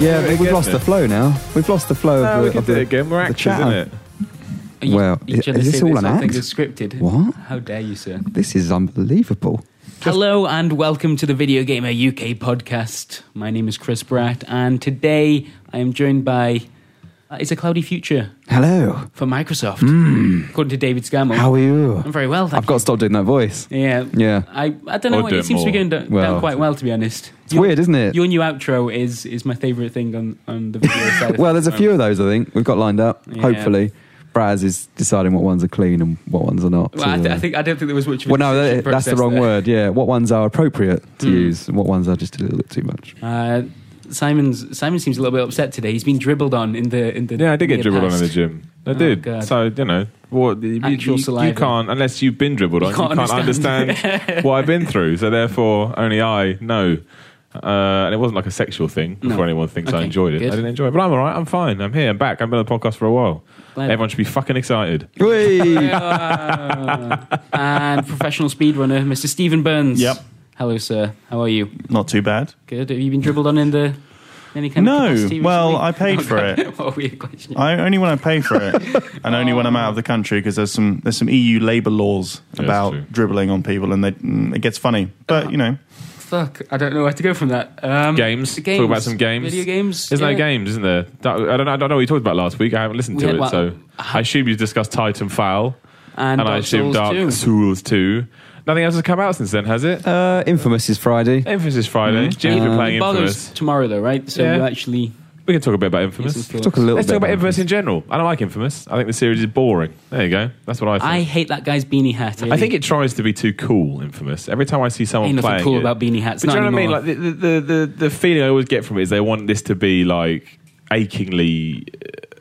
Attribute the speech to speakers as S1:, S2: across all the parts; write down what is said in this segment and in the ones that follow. S1: Yeah,
S2: Do it
S1: but we've
S2: again
S1: lost the
S2: then.
S1: flow now. We've lost the flow
S2: No,
S1: of the.
S2: we can
S1: of
S2: do
S1: the-
S2: it again. We're
S1: the
S2: actors,
S1: chatter.
S2: isn't it?
S3: Are you,
S1: Well,
S3: you
S1: is-
S3: jealous
S1: is this
S3: that
S1: all an
S3: something
S1: act?
S3: that's scripted?
S1: What?
S3: How dare you, sir?
S1: This is unbelievable.
S3: Hello and welcome to the Video Gamer UK podcast. My name is Chris Bratt, and today I am joined by uh, It's a Cloudy Future
S1: Hello.
S3: for Microsoft, according to David Scammell.
S1: Hmm. How are you?
S3: I'm very well, thank
S1: I've got to stop doing that voice.
S3: you. Yeah.
S1: Yeah.
S3: I, I don't know.
S2: Or do
S3: it
S2: it
S3: seems to be
S2: more.
S3: going down, down
S1: Well,
S3: quite well, to be honest.
S1: It's weird, isn't it?
S3: Your new outro is is my favourite thing on, on the video side. of
S1: Well, there's a
S3: things.
S1: few of those, I think. We've got lined up,
S3: Yeah.
S1: hopefully. Braz is deciding what ones are clean and what ones are not.
S3: Well, I,
S1: So,
S3: th-
S1: uh,
S3: I think I don't think there was much. Of a
S1: Well, no,
S3: decision
S1: that, that's the
S3: process
S1: wrong
S3: there.
S1: word. Yeah, what ones are appropriate to
S3: Hmm.
S1: use and what ones are just a little bit too much.
S3: Uh, Simon's Simon seems a little bit upset today. He's been dribbled on in the in the
S2: Yeah, I did get
S3: near
S2: dribbled on
S3: past.
S2: in the gym. I
S3: Oh,
S2: did.
S3: God.
S2: so you know, what you,
S3: Actual
S2: you, you
S3: saliva.
S2: can't unless you've been dribbled on. You
S3: can't
S2: can't,
S3: understand.
S2: understand, what I've been through. So therefore, only I know. Uh, and it wasn't like a sexual thing.
S3: No.
S2: Before anyone thinks I
S3: Okay,
S2: enjoyed it,
S3: good.
S2: I didn't enjoy it. But I'm all right. I'm fine. I'm here. I'm back. I've been on the podcast for a while.
S3: Glad-
S2: Everyone should be fucking excited.
S1: Whee!
S3: and professional speedrunner, Mr. Stephen Burns.
S4: Yep.
S3: Hello, sir. How are you?
S4: Not too bad.
S3: Good. Have you been dribbled on in the any kind
S4: No.
S3: of capacity
S4: Well,
S3: recently?
S4: I paid for
S3: God.
S4: it.
S3: what a weird question.
S4: I only when I pay for it, and only when I'm out of the country because there's some there's some EU labour laws
S2: Yeah,
S4: about
S2: that's true.
S4: dribbling on people, and they, mm, it gets funny. But you know,
S3: Oh, Fuck. I don't know where to go from that. Um,
S2: Games. Talk about some games.
S3: Video games.
S2: There's no
S3: yeah.
S2: games, isn't there? That- I don't know. I don't know what you talked about last week. I haven't listened
S3: We
S2: to
S3: had-
S2: it,
S3: well, uh-huh.
S2: so I assume you discussed Titanfall,
S3: And,
S2: I
S3: Dark
S2: assume
S3: Souls
S2: Dark
S3: 2.
S2: Souls Two. Nothing else has come out since then, has it?
S1: uh, Infamous is Friday.
S2: Infamous is
S3: Hmm?
S2: Friday. Jim's
S3: Uh,
S2: been
S1: Um,
S2: playing
S3: Bothers
S2: Infamous.
S3: tomorrow though, right? So
S2: Yeah.
S3: you actually.
S2: We can talk a bit about
S3: get some
S2: Infamous.
S3: thoughts.
S1: Talk a little
S2: Let's
S1: bit
S2: talk about Infamous in general. I don't like Infamous. I think the series is boring. There you go. That's what I
S3: I
S2: think.
S3: hate that guy's beanie hat.
S2: I, think it tries to be too cool, Infamous. Every time I see someone
S3: ain't nothing
S2: playing
S3: cool
S2: it-
S3: about beanie hats.
S2: But do
S3: not
S2: you know what I mean?
S3: anymore.
S2: Like the, the, the, the, the feeling I always get from it is they want this to be like achingly.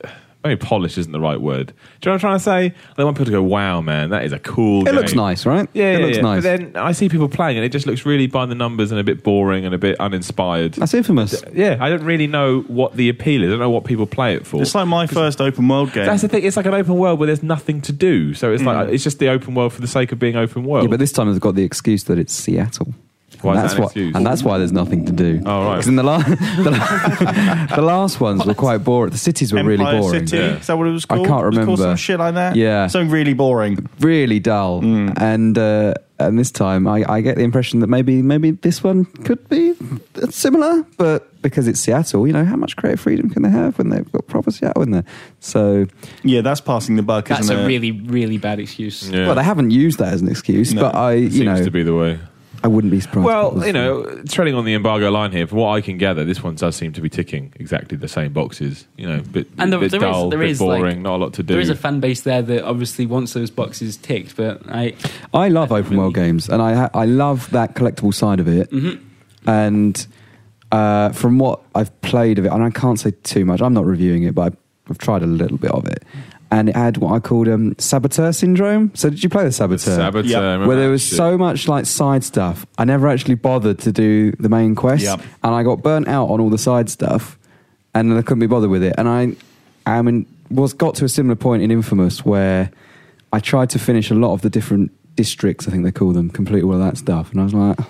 S2: uh, Maybe polished isn't the right word. Do you know what I'm trying to say? They want people to go, "Wow, man, that is a cool."
S1: It looks
S2: game."
S1: nice, right?
S2: Yeah,
S1: it
S2: yeah,
S1: looks
S2: yeah.
S1: nice.
S2: But then I see people playing, and it just looks really by the numbers and a bit boring and a bit uninspired.
S1: That's Infamous.
S2: yeah, I don't really know what the appeal is. I don't know what people play it for.
S4: it's like my first open world game.
S2: That's the thing. It's like an open world where there's nothing to do. So it's like it's just the open world for the sake of being open world.
S1: Hmm. Yeah, but this time they've got the excuse that it's Seattle.
S2: Why
S1: and
S2: is
S1: that's
S2: that an
S1: why,
S2: excuse?
S1: and that's why there's nothing to do.
S2: Oh, right.
S1: 'Cause in the, la- the, la- the last ones were quite boring. The cities were
S4: Empire
S1: really boring,
S4: City,
S2: Yeah.
S4: is that what it was
S1: I
S4: called?
S1: can't
S4: It was called
S1: remember.
S4: some shit like that.
S1: Yeah.
S4: something really boring.
S1: really dull.
S2: Mm.
S1: And uh, and this time, I, I get the impression that maybe maybe this one could be similar, but because it's Seattle, you know, how much creative freedom can they have when they've got proper Seattle in there? So,
S4: Yeah, that's passing the buck.
S3: That's
S4: isn't
S3: a
S4: it?
S3: really, really bad excuse.
S2: yeah.
S1: well, they haven't used that as an excuse,
S4: No,
S1: but I,
S2: It
S1: you
S2: seems
S1: know,
S2: to be the way.
S1: I wouldn't be surprised. if it
S2: Well,
S1: was-
S2: you know, treading on the embargo line here, from what I can gather, this one does seem to be ticking exactly the same boxes. You know, bit,
S3: And there-
S2: bit
S3: there is-
S2: dull,
S3: there
S2: bit
S3: is, like-
S2: boring, not a lot to do.
S3: There is a fan base there that obviously wants those boxes ticked, but I
S1: I love open world games, and I ha- I love that collectible side of it. And uh, from what I've played of it, and I can't say too much. I'm not reviewing it, but I've, I've tried a little bit of it, and it had what I called um, saboteur syndrome. So did you play the saboteur?
S2: saboteur.
S4: Yeah.
S2: I remember
S1: Where there
S2: that
S1: was
S2: shit.
S1: so much like side stuff, I never actually bothered to do the main quest,
S4: Yep.
S1: and I got burnt out on all the side stuff, and then I couldn't be bothered with it. And I, I mean, was got to a similar point in Infamous where I tried to finish a lot of the different districts, I think they call them, complete all of that stuff, and I was like, "Ah,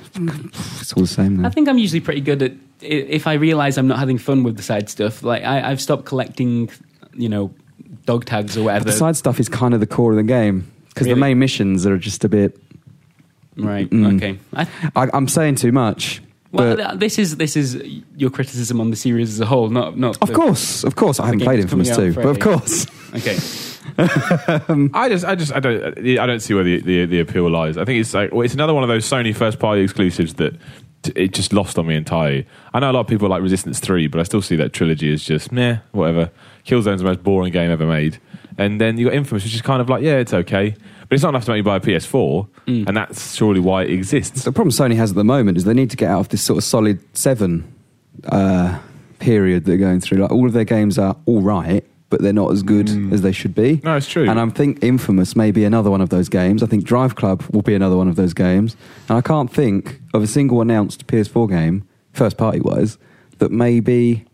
S1: it's all the same
S3: Mm.
S2: Hmm.
S1: now.
S3: I think I'm usually pretty good at i- if I realise I'm not having fun with the side stuff. Like I, I've stopped collecting, you know, dog tags or
S1: But the
S3: whatever.
S1: side stuff is kind of the core of the game because
S3: Really?
S1: the main missions are just a bit.
S3: right?
S2: Hmm.
S1: Mm.
S3: Okay. I,
S1: I, I'm saying too much.
S3: well,
S1: but-
S3: th- this is this is your criticism on the series as a whole, not not.
S1: of
S3: the-
S1: course, of course, I haven't
S3: game's
S1: played
S3: coming
S1: Infamous
S3: out
S1: too, but of
S3: Friday.
S1: course.
S3: Okay.
S2: I just, I just, I don't, I don't see where the, the, the appeal lies. I think it's like well, it's another one of those Sony first party exclusives that t- it just lost on me entirely. I know a lot of people like Resistance Three, but I still see that trilogy as just meh, whatever. Killzone's the most boring game ever made, and then you got Infamous, which is kind of like yeah, it's okay, but it's not enough to make you buy a PS4,
S1: Mm.
S2: and that's surely why it exists.
S1: The problem Sony has at the moment is they need to get out of this sort of solid seven uh, period they're going through. Like all of their games are all right, but they're not as good as they should be.
S2: Mm. No, it's true.
S1: And I think Infamous may be another one of those games. I think Drive Club will be another one of those games. And I can't think of a single announced PS4 game, first party wise, that maybe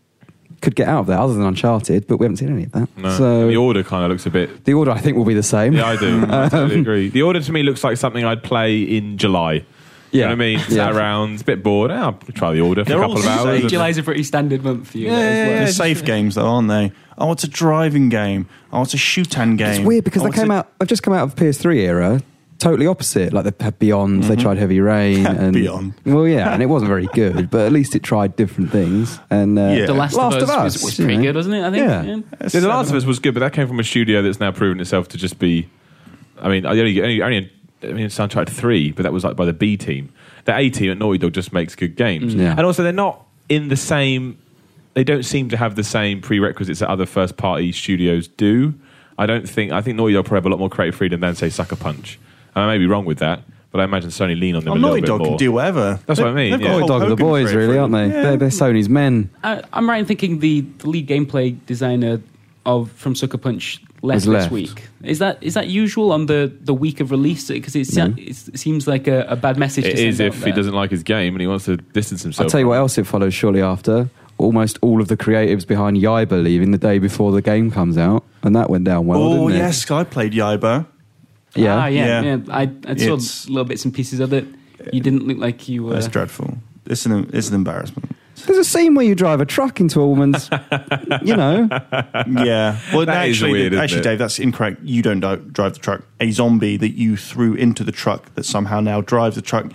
S1: could get out of there other than Uncharted, but we haven't seen any of that.
S2: No.
S1: So
S2: the order kind of looks a bit
S1: the order I think will be the same.
S2: Yeah, I do. I totally agree. The order to me looks like something I'd play in July. You know what I mean? Sat
S1: Yeah.
S2: around, a bit bored. "Ah, I'll try the order for a
S4: They're all
S2: couple of
S4: the
S2: hours.
S4: same.
S2: and-
S3: July's a pretty standard month for you.
S2: Yeah,
S3: though, as
S2: yeah,
S3: well.
S4: They're safe games, though, aren't they? Oh, it's a driving game. Oh, it's a shootan game.
S1: It's weird because
S4: Oh,
S1: they
S4: it's
S1: came
S4: a-
S1: out. I've just come out of PS3 era. Totally opposite. Like they had Beyond. They tried Heavy Rain and
S4: Mm-hmm. Beyond.
S1: Well, yeah, and it wasn't very good, but at least it tried different things. And uh,
S4: Yeah.
S3: The Last,
S1: Last
S3: of,
S1: of
S3: Us,
S1: Us,
S3: was, was
S1: you
S3: pretty
S1: know.
S3: good, wasn't it? I think.
S1: Yeah.
S2: Yeah, the Last of Us was good, but that came from a studio that's now proven itself to just be. I mean, I only, only, only I mean, soundtrack three, but that was like by the B team. The A team at Naughty Dog just makes good games,
S1: Mm. Yeah.
S2: and also they're not in the same. They don't seem to have the same prerequisites that other first party studios do. I don't think. I think Naughty Dog probably have a lot more creative freedom than say Sucker Punch, and I may be wrong with that, but I imagine Sony lean on them
S4: Oh,
S2: a little
S4: Naughty
S2: bit
S4: Dog
S2: more.
S4: can do whatever.
S2: That's
S4: They-
S2: what I mean,
S4: they've got
S2: yeah.
S4: Hulk
S1: Naughty Dog are the
S4: Hogan
S1: boys,
S4: for it,
S1: really,
S4: for
S1: aren't they?
S4: them. Yeah.
S1: They're, they're Sony's men.
S3: I, I'm right in thinking the, the lead gameplay designer of from Sucker Punch left
S1: Has
S3: this
S1: left.
S3: week. Is that is that usual on the, the week of release? Because it, sa-
S1: No.
S3: it's- it seems like a, a bad message.
S2: It
S3: to send
S2: is
S3: out
S2: if he
S3: there.
S2: doesn't like his game and he wants to distance himself.
S1: I'll tell you what else it follows shortly after. Almost all of the creatives behind Yiba leaving the day before the game comes out, and that went down well,
S4: Oh,
S1: didn't it?
S4: yes, I played Yibo.
S1: Yeah.
S3: Ah, yeah, yeah.
S4: Yeah.
S3: I, I saw
S4: It's-
S3: little bits and pieces of it. You didn't look like you were.
S4: That's dreadful. It's an, it's an embarrassment.
S1: There's a scene where you drive a truck into a woman's, you know,
S4: yeah. Well,
S2: That is
S4: actually,
S2: weird, isn't
S4: actually,
S2: it?
S4: Dave, that's incorrect. You don't di- drive the truck. A zombie that you threw into the truck that somehow now drives the truck,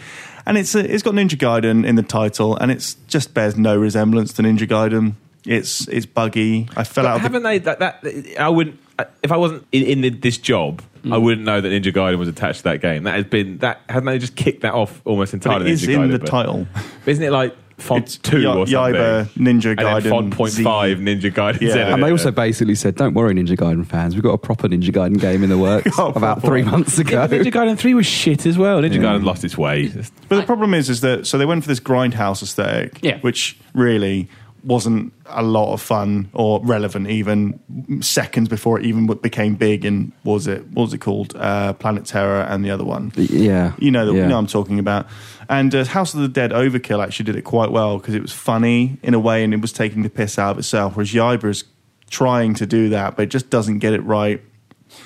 S4: and it's a, it's got Ninja Gaiden in the title, and it's just bears no resemblance to Ninja Gaiden. It's it's buggy. I fell
S2: But
S4: out. Of the,
S2: haven't they? That, that I wouldn't. uh, If I wasn't in, in the, this job, I
S4: Mm.
S2: wouldn't know that Ninja Gaiden was attached to that game. That has been that. Haven't they just kicked that off almost
S4: but it
S2: entirely?
S4: is
S2: Ninja
S4: in
S2: Gaiden,
S4: the
S2: but-
S4: title.
S2: but isn't it like font
S4: It's
S2: two
S4: Ya-
S2: or something?
S4: Yiba Ninja
S2: and then
S4: Gaiden
S2: font point
S4: Z.
S2: five Ninja Gaiden.
S4: Yeah.
S2: Z.
S1: And they also basically said, "Don't worry, Ninja Gaiden fans, we've got a proper Ninja Gaiden game in the works
S4: Oh,
S1: about
S4: proper.
S1: three months ago."
S2: Yeah, but Ninja Gaiden three was shit as well. Ninja
S4: Mm.
S2: Gaiden lost its way. It's-
S4: But the problem is, is that so they went for this grindhouse aesthetic,
S3: Yeah.
S4: which really wasn't a lot of fun or relevant even seconds before it even became big in what was it what was it called uh, Planet Terror and the other one.
S1: yeah,
S4: You know, the,
S1: yeah.
S4: you know I'm talking about. And uh, House of the Dead Overkill actually did it quite well because it was funny in a way and it was taking the piss out of itself. Whereas Yiba is trying to do that, but it just doesn't get it right.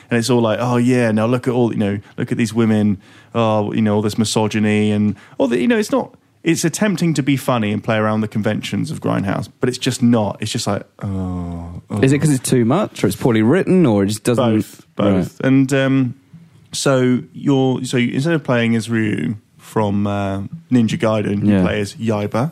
S4: And it's all like, oh yeah, now look at all you know, look at these women, oh you know, all this misogyny and all the you know, it's not. It's attempting to be funny and play around the conventions of Grindhouse, but it's just not. It's just like, oh, oh.
S1: Is it because it's too much, or it's poorly written, or it just doesn't?
S4: Both, both. And um, so you're so you, instead of playing as Ryu from uh, Ninja Gaiden,
S1: Yeah.
S4: you play as Yiba.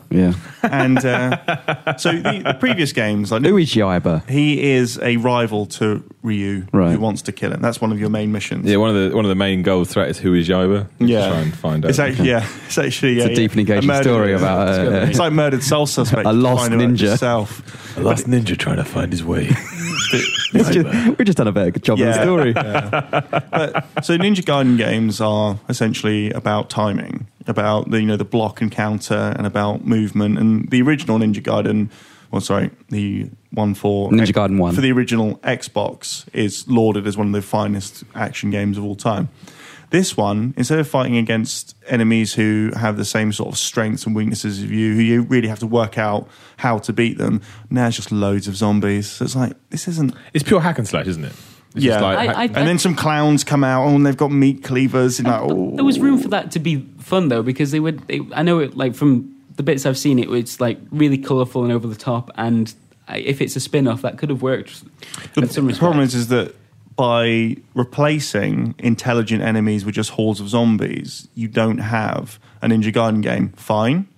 S1: Right. Yeah.
S4: And uh, so the, the previous games, like
S1: Who is Yiba?
S4: he is a rival to Ryu
S1: Right.
S4: who wants to kill him. That's one of your main missions.
S2: yeah, one of the one of the main goal threat is who is Yiba. Just try and find out.
S4: It's actually, yeah, it's actually
S1: It's
S4: yeah,
S1: a deep
S4: yeah.
S1: engaging
S4: murder-
S1: story about uh,
S3: good.
S1: uh,
S4: It's like murdered soul suspect.
S1: A lost
S4: finding out
S1: ninja.
S4: Yourself.
S2: a lost ninja trying to find his way.
S1: it's just, we've just done a better job of the
S4: Yeah.
S1: story.
S4: but so Ninja Gaiden games are essentially about timing, about the you know the block and counter, and about movement. And the original Ninja Gaiden, well, sorry, the one for
S1: Ninja Gaiden 1.
S4: for the original Xbox is lauded as one of the finest action games of all time. This one, instead of fighting against enemies who have the same sort of strengths and weaknesses as you, who you really have to work out how to beat them, now it's just loads of zombies. So it's like this isn't
S2: it's pure hack and slash, isn't it? It's
S4: Yeah.
S3: I- I-
S4: and then some clowns come out oh, and they've got meat cleavers. And like, oh.
S3: There was room for that to be fun though, because they would. They, I know, it, like from the bits I've seen, it was like really colourful and over the top. And I, if it's a spin-off, that could have worked.
S4: The,
S3: in some
S4: the problem
S3: respect.
S4: is, is that by replacing intelligent enemies with just hordes of zombies, you don't have a Ninja Garden game. Fine.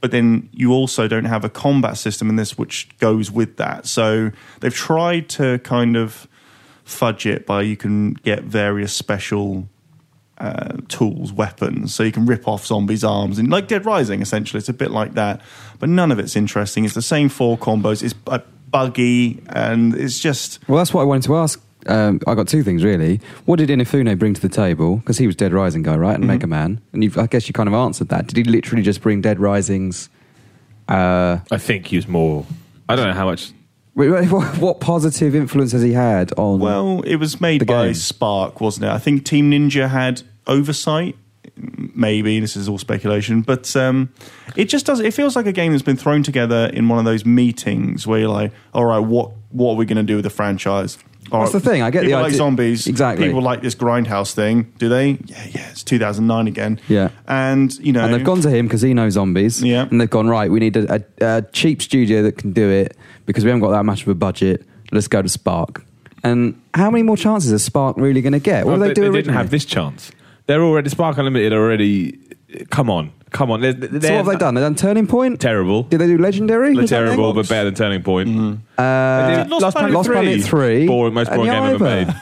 S4: But then you also don't have a combat system in this which goes with that. So they've tried to kind of fudge it by you can get various special uh, tools, weapons, so you can rip off zombies' arms and like Dead Rising. Essentially, it's a bit like that, but none of it's interesting. It's the same four combos. It's uh, buggy and it's just
S1: Well, that's what I wanted to ask. Um, I got two things really. What did Inafune bring to the table? Because he was Dead Rising guy, right, and
S4: Mm-hmm.
S1: Mega Man. And you've, I guess you kind of answered that. Did he literally just bring Dead Rising's? Uh,
S2: I think he was more. I don't know how much
S1: wait, what, what positive influence has he had on?
S4: well. It was made
S1: The
S4: by
S1: game.
S4: Spark, wasn't it? I think Team Ninja had oversight. Maybe this is all speculation, but um, it just does. It feels like a game that's been thrown together in one of those meetings where you're like, "All right, what what are we going to do with the franchise? All
S1: That's the thing, I get the
S4: people like
S1: idea-
S4: zombies.
S1: Exactly.
S4: People like this grindhouse thing. Do they? Yeah, yeah. It's 2009 again.
S1: Yeah.
S4: And you know,
S1: And they've gone to him because he knows zombies.
S4: Yeah.
S1: And they've gone, right, we need a, a, a cheap studio that can do it because we haven't got that much of a budget. Let's go to Spark. And how many more chances is Spark really going to get? What do
S2: Well,
S1: they, do originally?
S2: Oh, didn't have this chance. They're already Spark Unlimited. are Already, come on, come on. They're, they're
S1: so what have they done? They've done Turning Point?
S2: Terrible.
S1: Did they do Legendary? Was that them?
S2: terrible, but better than Turning Point.
S1: Uh,
S2: They did Lost Planet
S1: Lost
S2: 3.
S1: Planet 3.
S2: Boring- most
S1: and
S2: boring game ever
S1: Yaiba.
S2: made.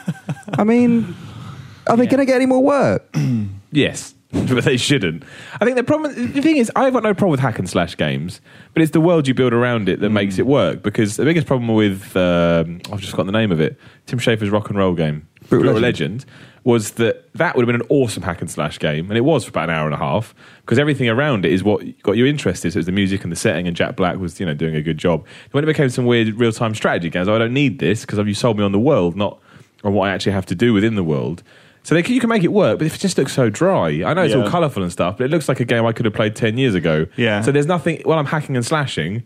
S1: I mean, are they going to get any more work?
S2: Yes, but they shouldn't. I think the problem, the thing is, I've got no problem with hack and slash games, but it's the world you build around it that
S1: Mm.
S2: makes it work. Because the biggest problem with, um, I've just got the name of it, Tim Schafer's rock and roll game,
S1: Brutal
S2: Brutal,
S1: Legend.
S2: Legend. was that that would have been an awesome hack and slash game, and it was for about an hour and a half because everything around it is what got you interested. So it was the music and the setting, and Jack Black was you know doing a good job. When it became some weird real time strategy games, I don't need this because you sold me on the world, not on what I actually have to do within the world. So they can, you can make it work, but it just looks so dry. I know it's
S4: Yeah.
S2: all colourful and stuff, but it looks like a game I could have played ten years ago.
S4: Yeah.
S2: So there's nothing while I'm hacking and slashing.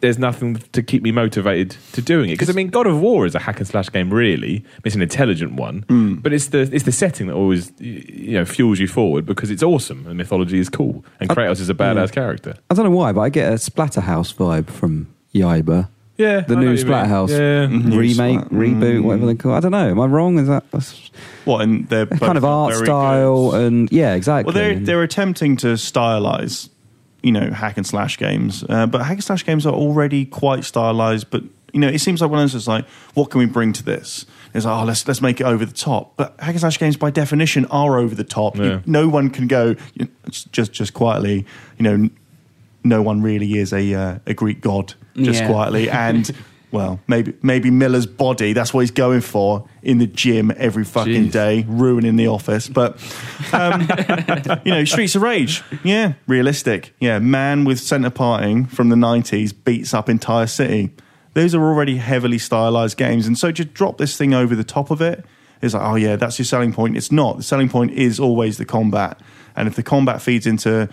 S2: There's nothing to keep me motivated to doing it because I mean, God of War is a hack and slash game, really. It's an intelligent one, but it's the it's the setting that always y- you know fuels you forward because it's awesome and mythology is cool and Kratos is a badass character.
S1: I don't know why, but I get a Splatterhouse vibe from Yiba.
S2: Yeah,
S1: The
S2: I know
S1: new
S2: what you mean.
S1: Splatterhouse
S2: Yeah.
S4: Mm-hmm. New
S1: remake,
S4: Splat- mm.
S1: reboot, whatever they call. it. I don't know. Am I wrong? Is that that's
S4: what and they're both
S1: kind of art
S4: very
S1: style
S4: good.
S1: and yeah, exactly.
S4: Well, they're they're attempting to stylize, you know, hack and slash games, uh, but hack and slash games are already quite stylized. But you know, it seems like one of those is like, what can we bring to this? It's like, oh, let's let's make it over the top. But hack and slash games, by definition, are over the top. You-
S2: Yeah.
S4: no one can go you know, just just- just quietly. You know, n- no one really is a uh, a Greek god just
S3: Yeah.
S4: quietly and. Well, maybe maybe Miller's body. That's what he's going for in the gym every fucking
S2: Jeez.
S4: day, ruining the office. But you know, Streets of Rage. Yeah, realistic. Yeah, man with centre parting from the 90s beats up entire city. Those are already heavily stylized games. And so just drop this thing over the top of it. It's like, oh, yeah, that's your selling point. It's not. The selling point is always the combat. And if the combat feeds into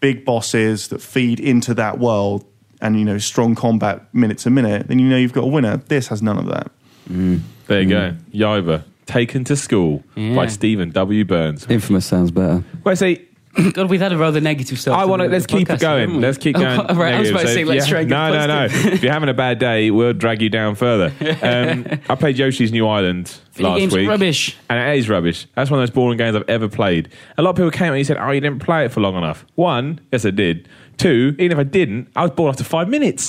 S4: big bosses that feed into that world and, you know, strong combat minute to minute, then you know you've got a winner. This has none of that.
S2: There you go, Yiva taken to school
S3: Yeah.
S2: by Stephen W. Burns.
S1: Infamous sounds better.
S2: Well, I say
S3: God, we've had a rather negative start.
S2: I
S3: the-
S2: want to. Let's
S3: the
S2: keep
S3: podcast,
S2: it going.
S3: haven't we?
S2: Let's keep
S3: Oh,
S2: going.
S3: right, I
S2: negative.
S3: was about to
S2: So
S3: say,
S2: if
S3: let's
S2: you-
S3: try and
S2: No,
S3: get
S2: no, no. if you're having a bad day, we'll drag you down further. Um, I played Yoshi's New Island
S3: Video
S2: last
S3: games are
S2: week.
S3: rubbish.
S2: And it is rubbish. That's one of those boring games I've ever played. A lot of people came at me and said, "Oh, you didn't play it for long enough." One, yes, I did. Two, even if I didn't, I was bored after five minutes.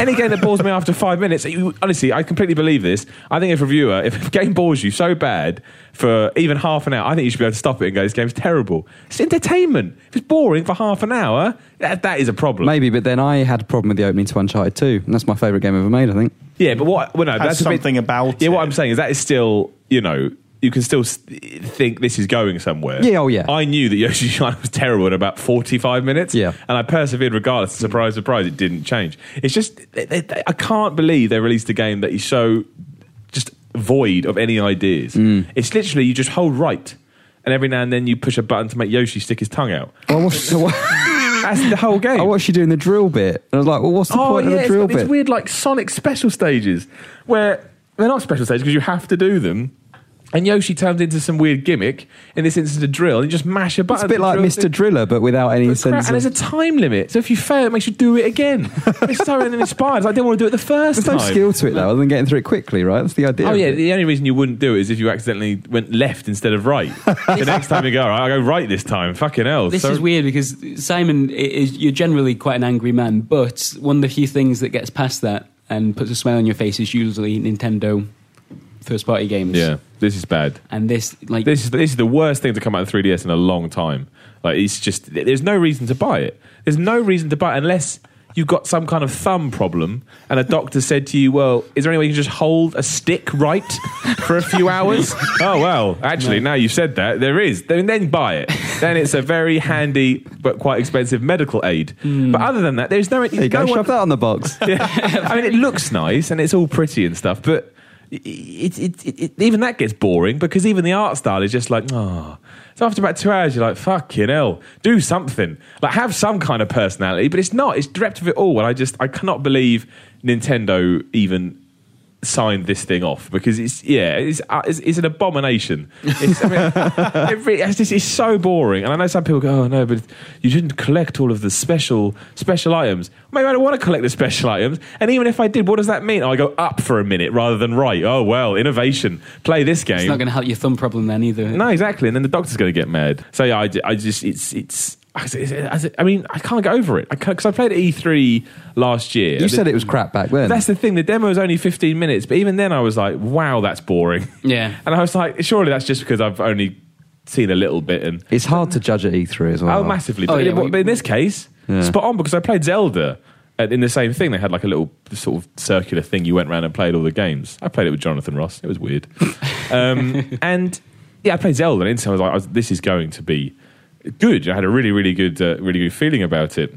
S2: Any game that bores me after five minutes, you- honestly, I completely believe this. I think if a reviewer, if a game bores you so bad for even half an hour, I think you should be able to stop it and go, "This game's terrible." It's entertainment. If it's boring for half an hour, that, that is a problem.
S1: Maybe, but then I had a problem with the opening to Uncharted 2, and that's my favourite game ever made, I think.
S2: Yeah, but what? Well, no, that's a bit-
S4: something about
S2: Yeah, what
S4: it.
S2: I'm saying is that is still, you know, you can still s- think this is going somewhere.
S1: Yeah, oh, yeah.
S2: I knew that Yoshi's Island was terrible in about 45 minutes.
S1: Yeah.
S2: and I persevered regardless. Surprise, surprise, it didn't change. It's just they, they, they- I can't believe they released a game that is so just void of any ideas.
S1: Mm.
S2: It's literally you just hold right. And every now and then you push a button to make Yoshi stick his tongue out.
S1: Well, I watched,
S2: That's the whole game
S1: I watched you doing the drill bit, and I was like, well, what's the point of the
S2: Oh, it's
S1: drill
S2: got these
S1: bit?
S2: weird like Sonic special stages where they're not special stages because you have to do them. And Yoshi turns into some weird gimmick in this instance a drill, and you just mash a button.
S1: It's a bit like
S2: Drill-
S1: Mr. Driller, but without any
S2: Crap,
S1: sense
S2: and there's a
S1: of...
S2: time limit, so if you fail, it makes you do it again. it's so uninspired. It's like, I didn't want to do it the first
S1: There's no
S2: time.
S1: skill to it, though, other than getting through it quickly, right? That's the idea.
S2: Oh
S1: of
S2: yeah,
S1: it.
S2: the only reason you wouldn't do it is if you accidentally went left instead of right. the next time you go, right, I go right this time. Fucking hell.
S3: This
S2: So-
S3: is weird because Simon i- is you're generally quite an angry man, but one of the few things that gets past that and puts a smile on your face is usually Nintendo first party games.
S2: Yeah, this is bad.
S3: And this like
S2: This is this is the worst thing to come out of 3DS in a long time. Like it's just there's no reason to buy it. There's no reason to buy it unless you've got some kind of thumb problem and a doctor said to you, "Well, is there any way you can just hold a stick right for a few hours?" oh well, actually, now you said that, there is. Then then buy it. Then it's a very handy but quite expensive medical aid. But other than that, there's no
S1: There you go,
S2: no one-
S1: shove that on the box.
S2: yeah. I mean, it looks nice and it's all pretty and stuff, but it, it, it, it, even that gets boring because even the art style is just like, oh. So after about two hours, you're like, fucking hell, do something. Like, have some kind of personality, but it's not. It's direct of it all. And I just, I cannot believe Nintendo even sign this thing off because it's yeah it's uh, it's, it's an abomination. It's, I mean, it really- it's, just- it's so boring. And I know some people go, oh no, but you didn't collect all of the special special items. Maybe I don't want to collect the special items. And even if I did, what does that mean? I go up for a minute rather than right. Oh well, innovation. Play this game.
S3: It's not going to help your thumb problem then either.
S2: No, exactly. And then the doctor's going to get mad. So yeah, I, ju- I just it's it's. I s- I s- I mean, I can't get over it. I because I played at E3 last year.
S1: You said it was crap back then.
S2: That's the thing. The demo is only 15 minutes, but even then, I was like, "Wow, that's boring."
S3: Yeah.
S2: and I was like, "Surely that's just because I've only seen a little bit." And
S1: it's hard to judge at E3 as well.
S2: Oh, massively.
S3: Oh,
S2: but,
S3: yeah,
S2: but-
S3: we-
S2: but in this case,
S1: Yeah.
S2: spot on because I played Zelda at, in the same thing. They had like a little sort of circular thing. You went around and played all the games. I played it with Jonathan Ross. It was weird. um, and yeah, I played Zelda, and instantly I was like, I was- "This is going to be good." I had a really, really good, uh, really good feeling about it.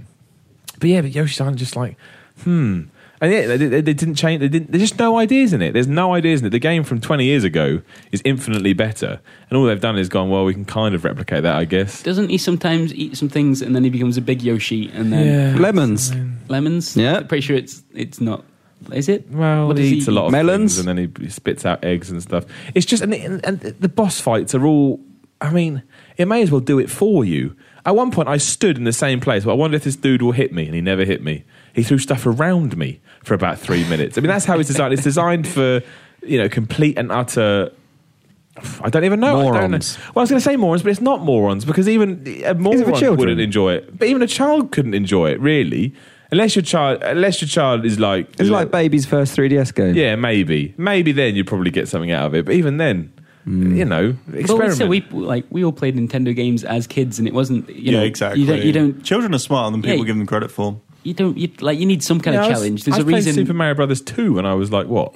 S2: But yeah, but Yoshi's Island just like, hmm. And yeah, they, they, they didn't change. They didn't. There's just no ideas in it. There's no ideas in it. The game from 20 years ago is infinitely better, and all they've done is gone. Well, we can kind of replicate that, I guess.
S3: Doesn't he sometimes eat some things and then he becomes a big Yoshi and then
S1: Lemons.
S3: lemons?
S1: Yeah.
S3: pretty sure it's it's not. Is it?
S2: Well,
S3: What
S2: he
S3: does
S2: eats a lot of
S1: Melons?
S2: things and then he, he spits out eggs and stuff. It's just and, and, and the boss fights are all. I mean, it may as well do it for you. At one point, I stood in the same place. Well, I wonder if this dude will hit me, and he never hit me. He threw stuff around me for about three minutes. I mean, that's how it's designed. It's designed for you know complete and utter. I don't even know. I don't know.
S1: Morons.
S2: Well, I was going to say morons, but it's not morons because even a moron
S1: children?
S2: wouldn't enjoy it. But even a child couldn't enjoy it really, unless your child, unless your child is like
S1: It's like baby's first 3DS game.
S2: yeah, maybe. Maybe then you'd probably get something out of it. But even then,
S4: Hmm.
S2: you know,
S3: But we
S2: experiment.
S3: said we like we all played Nintendo games as kids, and it wasn't. You
S4: yeah,
S3: know,
S4: exactly.
S3: You don't. You don't.
S4: Children are smarter than
S3: Yeah,
S4: people
S3: you-
S4: give them credit for.
S3: You don't you, like. You need some kind
S2: Yeah, I
S3: of
S2: was-
S3: challenge. There's
S2: I
S3: a
S2: played
S3: reason.
S2: Super Mario Brothers 2 when I was like, what,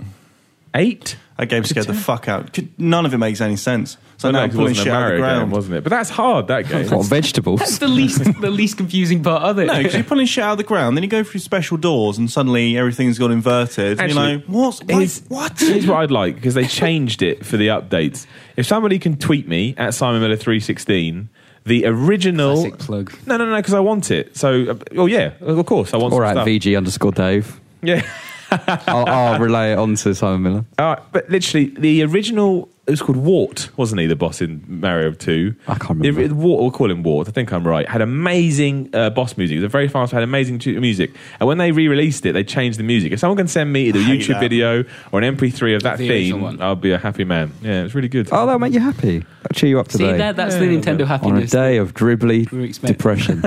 S2: eight?
S4: That game scared the fuck out. Could- None of it makes any sense. So
S2: I
S4: now
S2: know,
S4: I'm
S2: 'cause it
S4: pulling
S2: wasn't
S4: shit
S2: a
S4: out of the
S2: Mario game,
S4: ground.
S2: wasn't it? But that's hard, that game.
S1: What,
S3: That's
S1: vegetables?
S3: the least the least confusing part of it.
S4: No, because you're pulling shit out of the ground. Then you go through special doors, and suddenly everything's got inverted. and
S2: Actually,
S4: you're like, what's why-
S2: here's-
S4: what?
S2: Here's what I'd like because they changed it for the updates. If somebody can tweet me at Simon Miller three sixteen, the original
S3: Classic plug.
S2: No, no, no, because I want it. So, uh, oh yeah, of course I want.
S1: All
S2: some
S1: right,
S2: stuff.
S1: VG underscore Dave.
S2: Yeah.
S1: I'll, I'll relay it on to Simon Miller.
S2: Uh, but literally, the original it was called Wart, wasn't he? The boss in Mario Two.
S1: I can't remember.
S2: The, the Wart, we'll call him Wart. I think I'm right. Had amazing uh, boss music. It was very fast. Had amazing tu- music. And when they re-released it, they changed the music. If someone can send me either a
S4: I hate
S2: YouTube
S4: that.
S2: video or an MP3 of that
S3: The original
S2: theme,
S3: one.
S2: I'll be a happy man. Yeah, it's really good.
S1: Oh, that'll make you happy. That'll cheer you up
S3: See
S1: today.
S3: that that's the
S2: Yeah.
S3: Nintendo
S1: on a
S3: happiness.
S1: day of dribbly
S3: We were expecting.
S1: depression.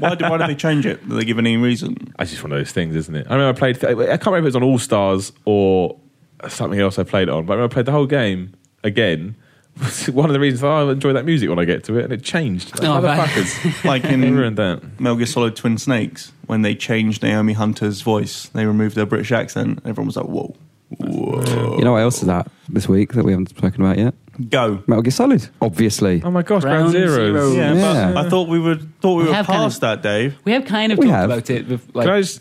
S4: why, did, why did they change it? Did they give any reason?
S2: It's just one of those things, isn't it? I remember I played. I can't remember if it was on All Stars or something else I played it on, but I remember I played the whole game again. One of the reasons I enjoy that music when I get to it, and it changed. Like,
S3: Oh, right.
S2: motherfuckers.
S4: Like
S2: They
S4: in
S2: ruined that.
S4: Metal Gear Solid Twin Snakes, when they changed Naomi Hunter's voice, they removed her British accent. Everyone was like, whoa, whoa.
S1: you know what else is that this week that we haven't spoken about yet?
S4: Go.
S1: Metal Gear Solid, obviously.
S2: Oh my gosh,
S3: Ground
S2: Ground, Zeroes.
S3: Zero.
S4: Yeah,
S1: Yeah.
S4: but I thought we were thought we
S3: We
S4: were
S3: have kind
S4: past
S3: of-
S4: that, Dave.
S3: We have kind of
S1: We
S3: talked
S1: have.
S3: about it. bef-
S2: Can I
S3: Like,
S2: just,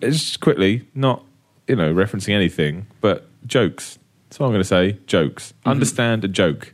S2: just quickly, not you know referencing anything, but jokes. That's what I'm going to say. Jokes. Understand a joke.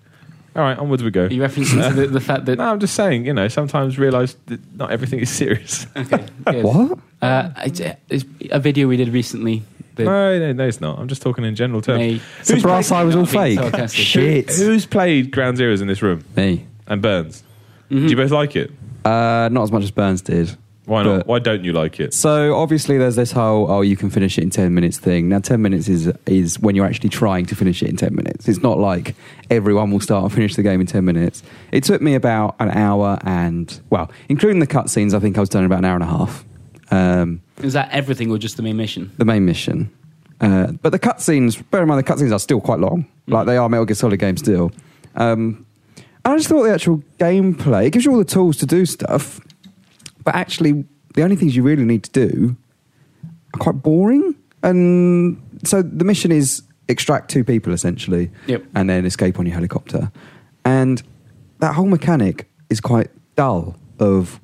S2: All right, onwards we go.
S3: are you referencing to the, the fact that
S2: No, I'm just saying. You know, sometimes realise that not everything is serious.
S3: okay, good.
S1: What?
S3: Uh, it's, it's a video we did recently. That
S2: no, no, no, it's not. I'm just talking in general terms.
S3: may-
S1: Surprise, I was all
S3: Not
S1: fake.
S3: being sarcastic.
S1: Shit.
S2: Who's played Ground Zeroes in this room?
S1: Me.
S2: And Burns. Do you both like it?
S1: Uh, not as much as Burns did.
S2: Why not?
S1: But-
S2: Why don't you like it?
S1: So obviously, there's this whole "oh, you can finish it in ten minutes" thing. Now, ten minutes is is when you're actually trying to finish it in ten minutes. It's not like everyone will start and finish the game in ten minutes. It took me about an hour and well, including the cutscenes, I think I was done in about an hour and a half. Um,
S3: is that everything or just the main mission?
S1: the main mission. Uh, but the cutscenes, bear in mind, the cutscenes are still quite long. Like they are Metal Gear Solid games still. Um, and I just thought the actual gameplay it gives you all the tools to do stuff, but actually the only things you really need to do are quite boring. And so the mission is extract two people essentially,
S3: Yep.
S1: and then escape on your helicopter. And that whole mechanic is quite dull of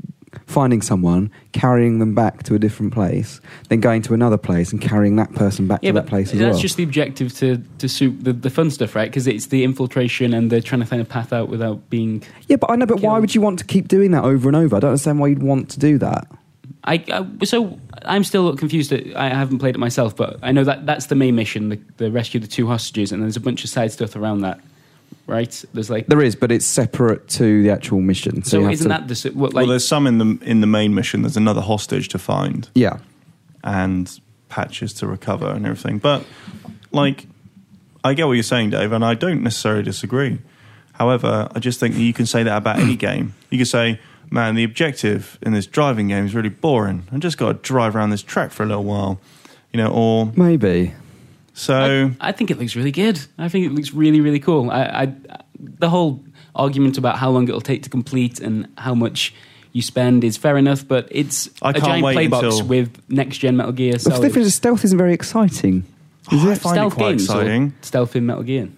S1: finding someone, carrying them back to a different place, then going to another place and carrying that person back to that place as
S3: that's
S1: well.
S3: just the objective to to suit the, the fun stuff, right? Because it's the infiltration and they're trying to find a path out without being.
S1: yeah, but I know. But why
S3: Kill.
S1: would you want to keep doing that over and over? I don't understand why you'd want to do that.
S3: I, I so I'm still confused. That I haven't played it myself, but I know that that's the main mission: the, the rescue the two hostages, and there's a bunch of side stuff around that. Right? There's like
S1: There is, but it's separate to the actual mission. So, you
S3: so
S1: have
S3: isn't
S1: to,
S3: that the s- what
S4: well,
S3: like
S4: there's some in the in the main mission. There's another hostage to find
S1: Yeah,
S4: and patches to recover and everything. But like, I get what you're saying, Dave, and I don't necessarily disagree. However, I just think that you can say that about any game. You can say, "Man, the objective in this driving game is really boring. I just got to drive around this track for a little while." You know, or
S1: maybe.
S4: so
S3: I, I think it looks really good. I think it looks really, really cool. I, I the whole argument about how long it'll take to complete and how much you spend is fair enough, but it's
S4: I
S3: a
S4: can't
S3: giant
S4: wait
S3: play box
S4: until-
S3: with next gen Metal Gear.
S1: The
S3: So
S1: difference is stealth isn't very exciting.
S4: Oh, I find it quite
S3: games or
S4: exciting.
S3: Stealth in Metal Gear.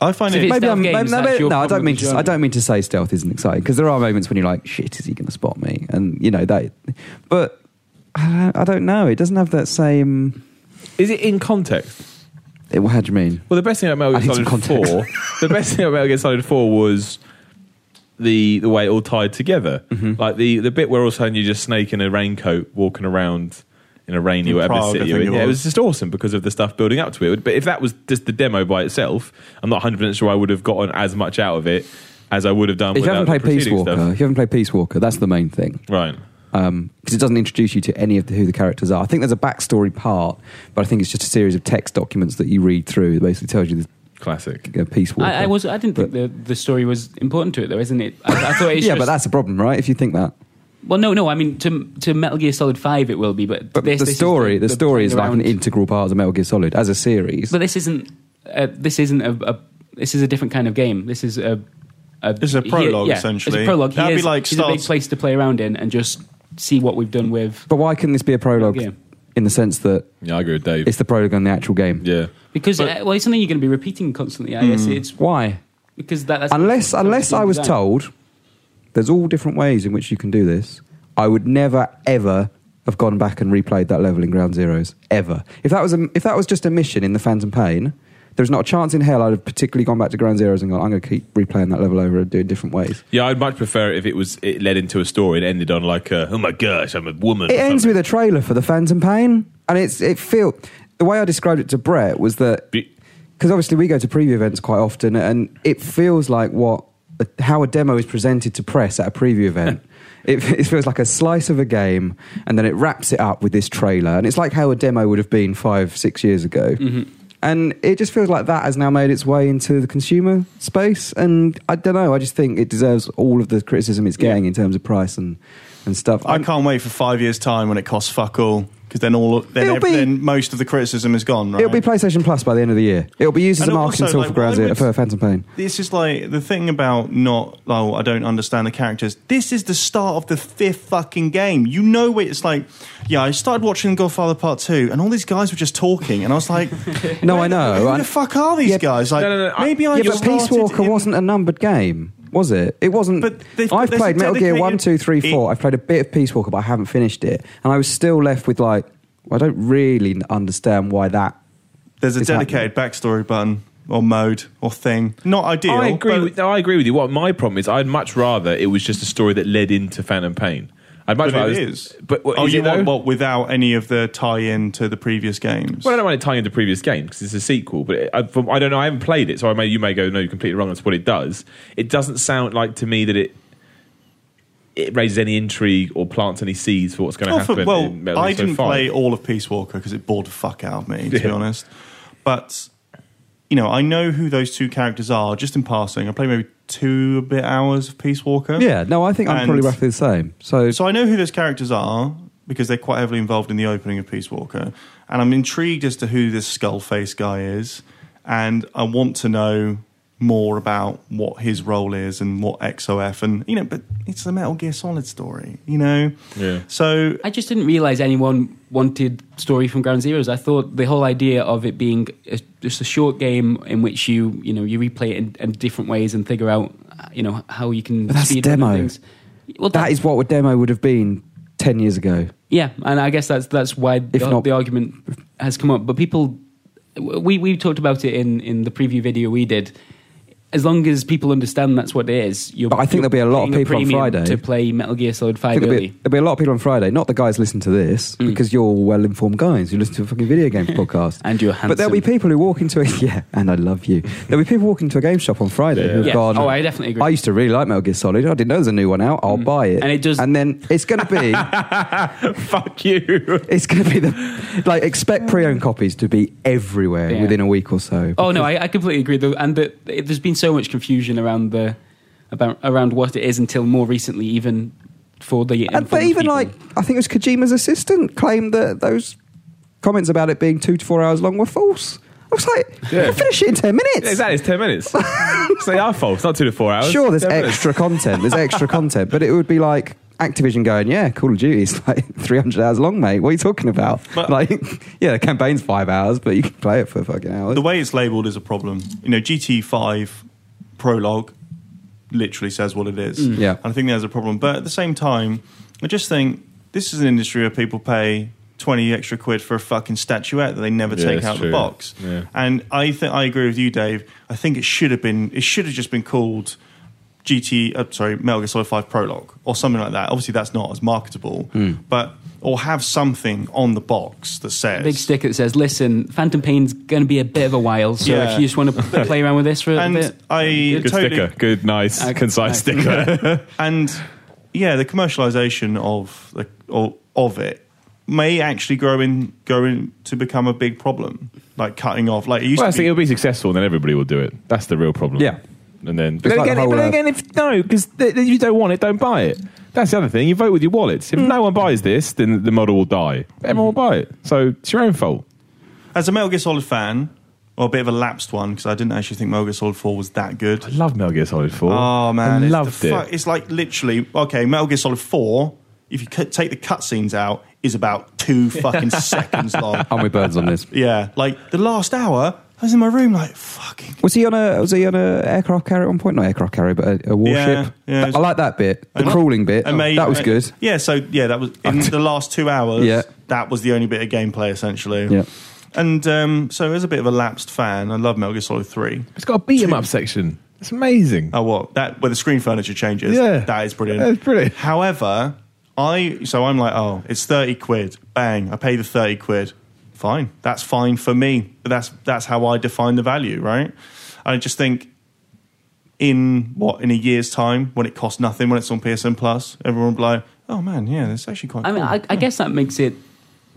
S4: I find
S3: If
S4: it.
S3: it's- stealth games, that's your
S1: no, I
S3: problem
S1: don't mean
S3: with
S1: to.
S3: genre.
S1: I don't mean to say stealth isn't exciting because there are moments when you're like, "Shit, is he going to spot me?" And you know that, but I don't, I don't know. It doesn't have that same.
S2: Is it in context?
S1: It, how do you mean?
S2: Well, the best thing about
S1: I
S2: Metal
S1: need some
S2: Gear Solid Four, the best thing about Metal Gear Solid Four was the the way it all tied together.
S1: Mm-hmm.
S2: Like the the bit where all of a sudden you just snake in a raincoat walking around in a rainy
S4: In
S2: whatever
S4: Prague, I
S2: city.
S4: think
S2: you're in.
S4: it
S2: Yeah, it
S4: was.
S2: was just awesome because of the stuff building up to it. But if that was just the demo by itself, I'm not 100 percent sure I would have gotten as much out of it as I would have done.
S1: If you
S2: without
S1: haven't
S2: the
S1: played Peace
S2: preceding
S1: Walker,
S2: stuff.
S1: if you haven't played Peace Walker, that's the main thing.
S2: right?
S1: because it doesn't introduce you to any of the, who the characters are. I think there's a backstory part, but I think it's just a series of text documents that you read through that basically tells you
S2: Classic.
S1: the uh, Peace Walker.
S3: I, I was. I didn't think the, the story was important to it, though, isn't it? I, I thought it's
S1: yeah,
S3: just,
S1: but that's a problem, right? If you think that.
S3: well, no, no. I mean, to to Metal Gear Solid Five, it will be, but,
S1: But
S3: this,
S1: the
S3: this is
S1: story, the, story is like an
S3: playground.
S1: integral part of Metal Gear Solid as a series.
S3: But this isn't. Uh, this isn't a, a. This is a different kind of game. This is a. a
S4: This is a
S3: he-
S4: prologue,
S3: yeah,
S4: essentially.
S3: It's a prologue. That'd
S4: That'd be
S3: be
S4: like
S3: like a big
S4: starts-
S3: place to play around in and just see what we've done with.
S1: but why couldn't this be a prologue
S3: Yeah.
S1: in the sense that
S2: Yeah, I agree with Dave.
S1: it's the prologue on the actual game?
S2: yeah.
S3: Because
S2: But-
S3: uh, well, it's something you're going to be repeating constantly. I guess it's
S1: Why?
S3: because that, that's
S1: Hmm. Unless,
S3: that's
S1: unless
S3: the
S1: I was
S3: design.
S1: told there's all different ways in which you can do this, I would never, ever have gone back and replayed that level in Ground Zeroes. Ever. If that was, a, if that was just a mission in the Phantom Pain, there's not a chance in hell I'd have particularly gone back to Ground Zeroes and gone, I'm going to keep replaying that level over and do it different ways.
S2: Yeah, I'd much prefer it if it was it led into a story and ended on like, a, oh my gosh, I'm a woman.
S1: It
S2: or
S1: ends
S2: something.
S1: with a trailer for the Phantom Pain, and it's it feel the way I described it to Brett was that
S2: Be-
S1: because obviously we go to preview events quite often, and it feels like what how a demo is presented to press at a preview event. It, it feels like a slice of a game, and then it wraps it up with this trailer, and it's like how a demo would have been five, six years ago.
S2: Mm-hmm.
S1: And it just feels like that has now made its way into the consumer space, and I don't know. I just think it deserves all of the criticism it's getting in terms of price and, and stuff.
S4: I can't wait for five years' time when it costs fuck all because then all then,
S1: It'll
S4: ev-
S1: be-
S4: then most of the criticism is gone. Right?
S1: It'll be PlayStation Plus by the end of the year. It'll be used as
S4: And
S1: a marketing
S4: also,
S1: tool
S4: like,
S1: for Ground
S4: why
S1: Zero
S4: would-
S1: for Phantom Pain.
S4: This is like the thing about not. Oh, I don't understand the characters. This is the start of the fifth fucking game. You know what it's like. Yeah, I started watching Godfather Part Two, and all these guys were just talking, and I was like,
S1: No,
S4: where-
S1: I know.
S4: Who
S1: I-
S4: the fuck are these
S1: Yeah,
S4: guys? Like,
S2: No, no, no, I-
S4: maybe I
S1: Yeah,
S4: just
S1: but Peace
S4: started
S1: Walker
S4: in-
S1: wasn't a numbered game, was it? It wasn't.
S4: But they've-
S1: I've
S4: there's a
S1: played Metal Gear
S4: dedicated-
S1: One, Two, Three, Four.
S4: It-
S1: I've played a bit of Peace Walker, but I haven't finished it, and I was still left with like, I don't really understand why that.
S4: There's a
S1: It's happening.
S4: dedicated backstory button or mode or thing. Not ideal.
S2: I agree.
S4: but-
S2: With, no, I agree with you. What my problem is, I'd much rather it was just a story that led into Phantom Pain. I'd much
S4: But
S2: rather
S4: it is.
S2: But what,
S4: oh,
S2: is
S4: you
S2: it though?
S4: want what without any of the tie-in to the previous games?
S2: well, I don't mind it tying into previous games because it's a sequel. But it, I, from, I don't know. I haven't played it, so I may you may go no, you're completely wrong. That's what it does. It doesn't sound like to me that it it raises any intrigue or plants any seeds for what's going to
S4: Oh,
S2: happen.
S4: for- well,
S2: in Metal Gear
S4: I
S2: Solid
S4: didn't
S2: 5.
S4: play all of Peace Walker because it bored the fuck out of me, to be
S2: Yeah.
S4: honest. But you know, I know who those two characters are just in passing. I played maybe two a bit hours of Peace Walker.
S1: Yeah, no, I think I'm probably
S4: And-
S1: roughly the same. So,
S4: So I know who those characters are because they're quite heavily involved in the opening of Peace Walker, and I'm intrigued as to who this skull face guy is, and I want to know more about what his role is and what XOF and you know, but it's the Metal Gear Solid story, you know.
S2: Yeah.
S4: So
S3: I just didn't realize anyone wanted story from Ground Zeroes. I thought the whole idea of it being a, just a short game in which you you know you replay it in, in different ways and figure out uh, you know how you can
S1: But that's
S3: speed
S1: demo.
S3: run things. Well,
S1: that is what a demo would have been ten years ago.
S3: yeah, and I guess that's that's why the,
S1: If not-
S3: the argument has come up. But people, we we talked about it in in the preview video we did. as long as people understand that's what it is, you're.
S1: But I think
S3: you're
S1: there'll be a lot of
S3: paying
S1: people on
S3: premium
S1: Friday.
S3: to play Metal Gear Solid
S1: I
S3: Five
S1: think
S3: early.
S1: there'll be, there'll be a lot of people on Friday. Not the guys listen to this because you're well informed guys. You listen to a fucking video games podcast.
S3: And you're handsome.
S1: But there'll be people who walk into a yeah, and I love you. There'll be people walking into a game shop on Friday who've
S3: Yeah.
S1: gone.
S3: Oh, I definitely agree. Mm.
S1: I used to really like Metal Gear Solid. I didn't know there's a new one out. I'll buy it.
S3: And it does-
S1: And then it's going to be
S2: Fuck you.
S1: it's going to be the like expect pre-owned copies to be everywhere
S3: Yeah.
S1: within a week or so.
S3: Oh no, I, I completely agree. Though, and the, it, there's been so much confusion around the about around what it is until more recently, even for the.
S1: And, but
S3: informed
S1: even
S3: people.
S1: like I think it was Kojima's assistant claimed that those comments about it being two to four hours long were false. I was like,
S2: Yeah.
S1: "We'll finish it in ten minutes.
S2: Exactly, it's 10 minutes. it's not our fault. It's not two to four hours.
S1: Sure, there's
S2: 10 minutes.
S1: extra content. There's extra content, but it would be like Activision going, "Yeah, Call of Duty is like 300 hours long, mate. What are you talking about?
S4: But-
S1: like, yeah, the campaign's five hours, but you can play it for fucking hours."
S4: The way it's labeled is a problem. You know, GT5 prologue literally says what it is.
S1: Yeah.
S4: And I think there's a problem. But at the same time, I just think this is an industry where people pay 20 extra quid for a fucking statuette that they never
S2: Yeah,
S4: take
S2: that's
S4: out
S2: true.
S4: the box.
S2: Yeah.
S4: And I think I agree with you, Dave. I think it should have been it should have just been called GT uh, sorry, Metal Gear Solid 5 Prologue or something like that. Obviously that's not as marketable, but or have something on the box that says
S3: big stick that says, "Listen, Phantom Pain's going to be a bit of a while, so
S4: Yeah.
S3: if you just want to play around with this for a
S4: and
S3: bit."
S4: I
S2: Good
S4: totally
S2: sticker. Good, nice,
S3: I-
S2: concise
S3: I-
S2: sticker.
S4: and yeah, the commercialization of the of, of it may actually grow in go in to become a big problem, like cutting off. Like it used
S2: well, I
S4: to
S2: think
S4: be,
S2: it'll be successful and then everybody will do it. That's the real problem.
S1: Yeah.
S2: And then.
S1: like the whole, uh,
S2: if no, because if you don't want it, don't buy it. That's the other thing. You vote with your wallets. If no one buys this, then the model will die. Everyone will buy it. So it's your own fault.
S4: as a Metal Gear Solid fan, or a bit of a lapsed one because I didn't actually think Metal Gear Solid Four was that good.
S2: I love Metal Gear Solid 4.
S4: Oh man,
S2: I
S4: it's
S2: loved
S4: the fu-
S2: it.
S4: It's like literally okay, Metal Gear Solid Four. If you cut, take the cutscenes out, is about two fucking seconds long.
S1: I'm with birds on this.
S4: Yeah, like the last hour, I was in my room like fucking
S1: Was he on a was he on a aircraft carrier at one point? Not aircraft carrier, but a, a warship.
S4: yeah, it was-
S1: I like that bit. The
S4: And-
S1: crawling bit.
S4: Ama-
S1: that was good.
S4: Yeah, so yeah, that was in the last two hours.
S1: Yeah.
S4: that was the only bit of gameplay essentially.
S1: Yeah.
S4: and um, so as a bit of a lapsed fan, I love Metal Gear Solid Three.
S2: It's got a beat 'em up section. It's amazing.
S4: Oh, what that where the screen furniture changes?
S2: Yeah.
S4: that is brilliant.
S2: That's brilliant.
S4: However, I so I'm like, oh, it's thirty quid. Bang! I pay the thirty quid. Fine, that's fine for me. But that's that's how I define the value, right? I just think in what in a year's time when it costs nothing when it's on PSN Plus, everyone will be like, oh man, yeah, that's actually quite.
S3: I mean,
S4: cool.
S3: I, I guess that makes it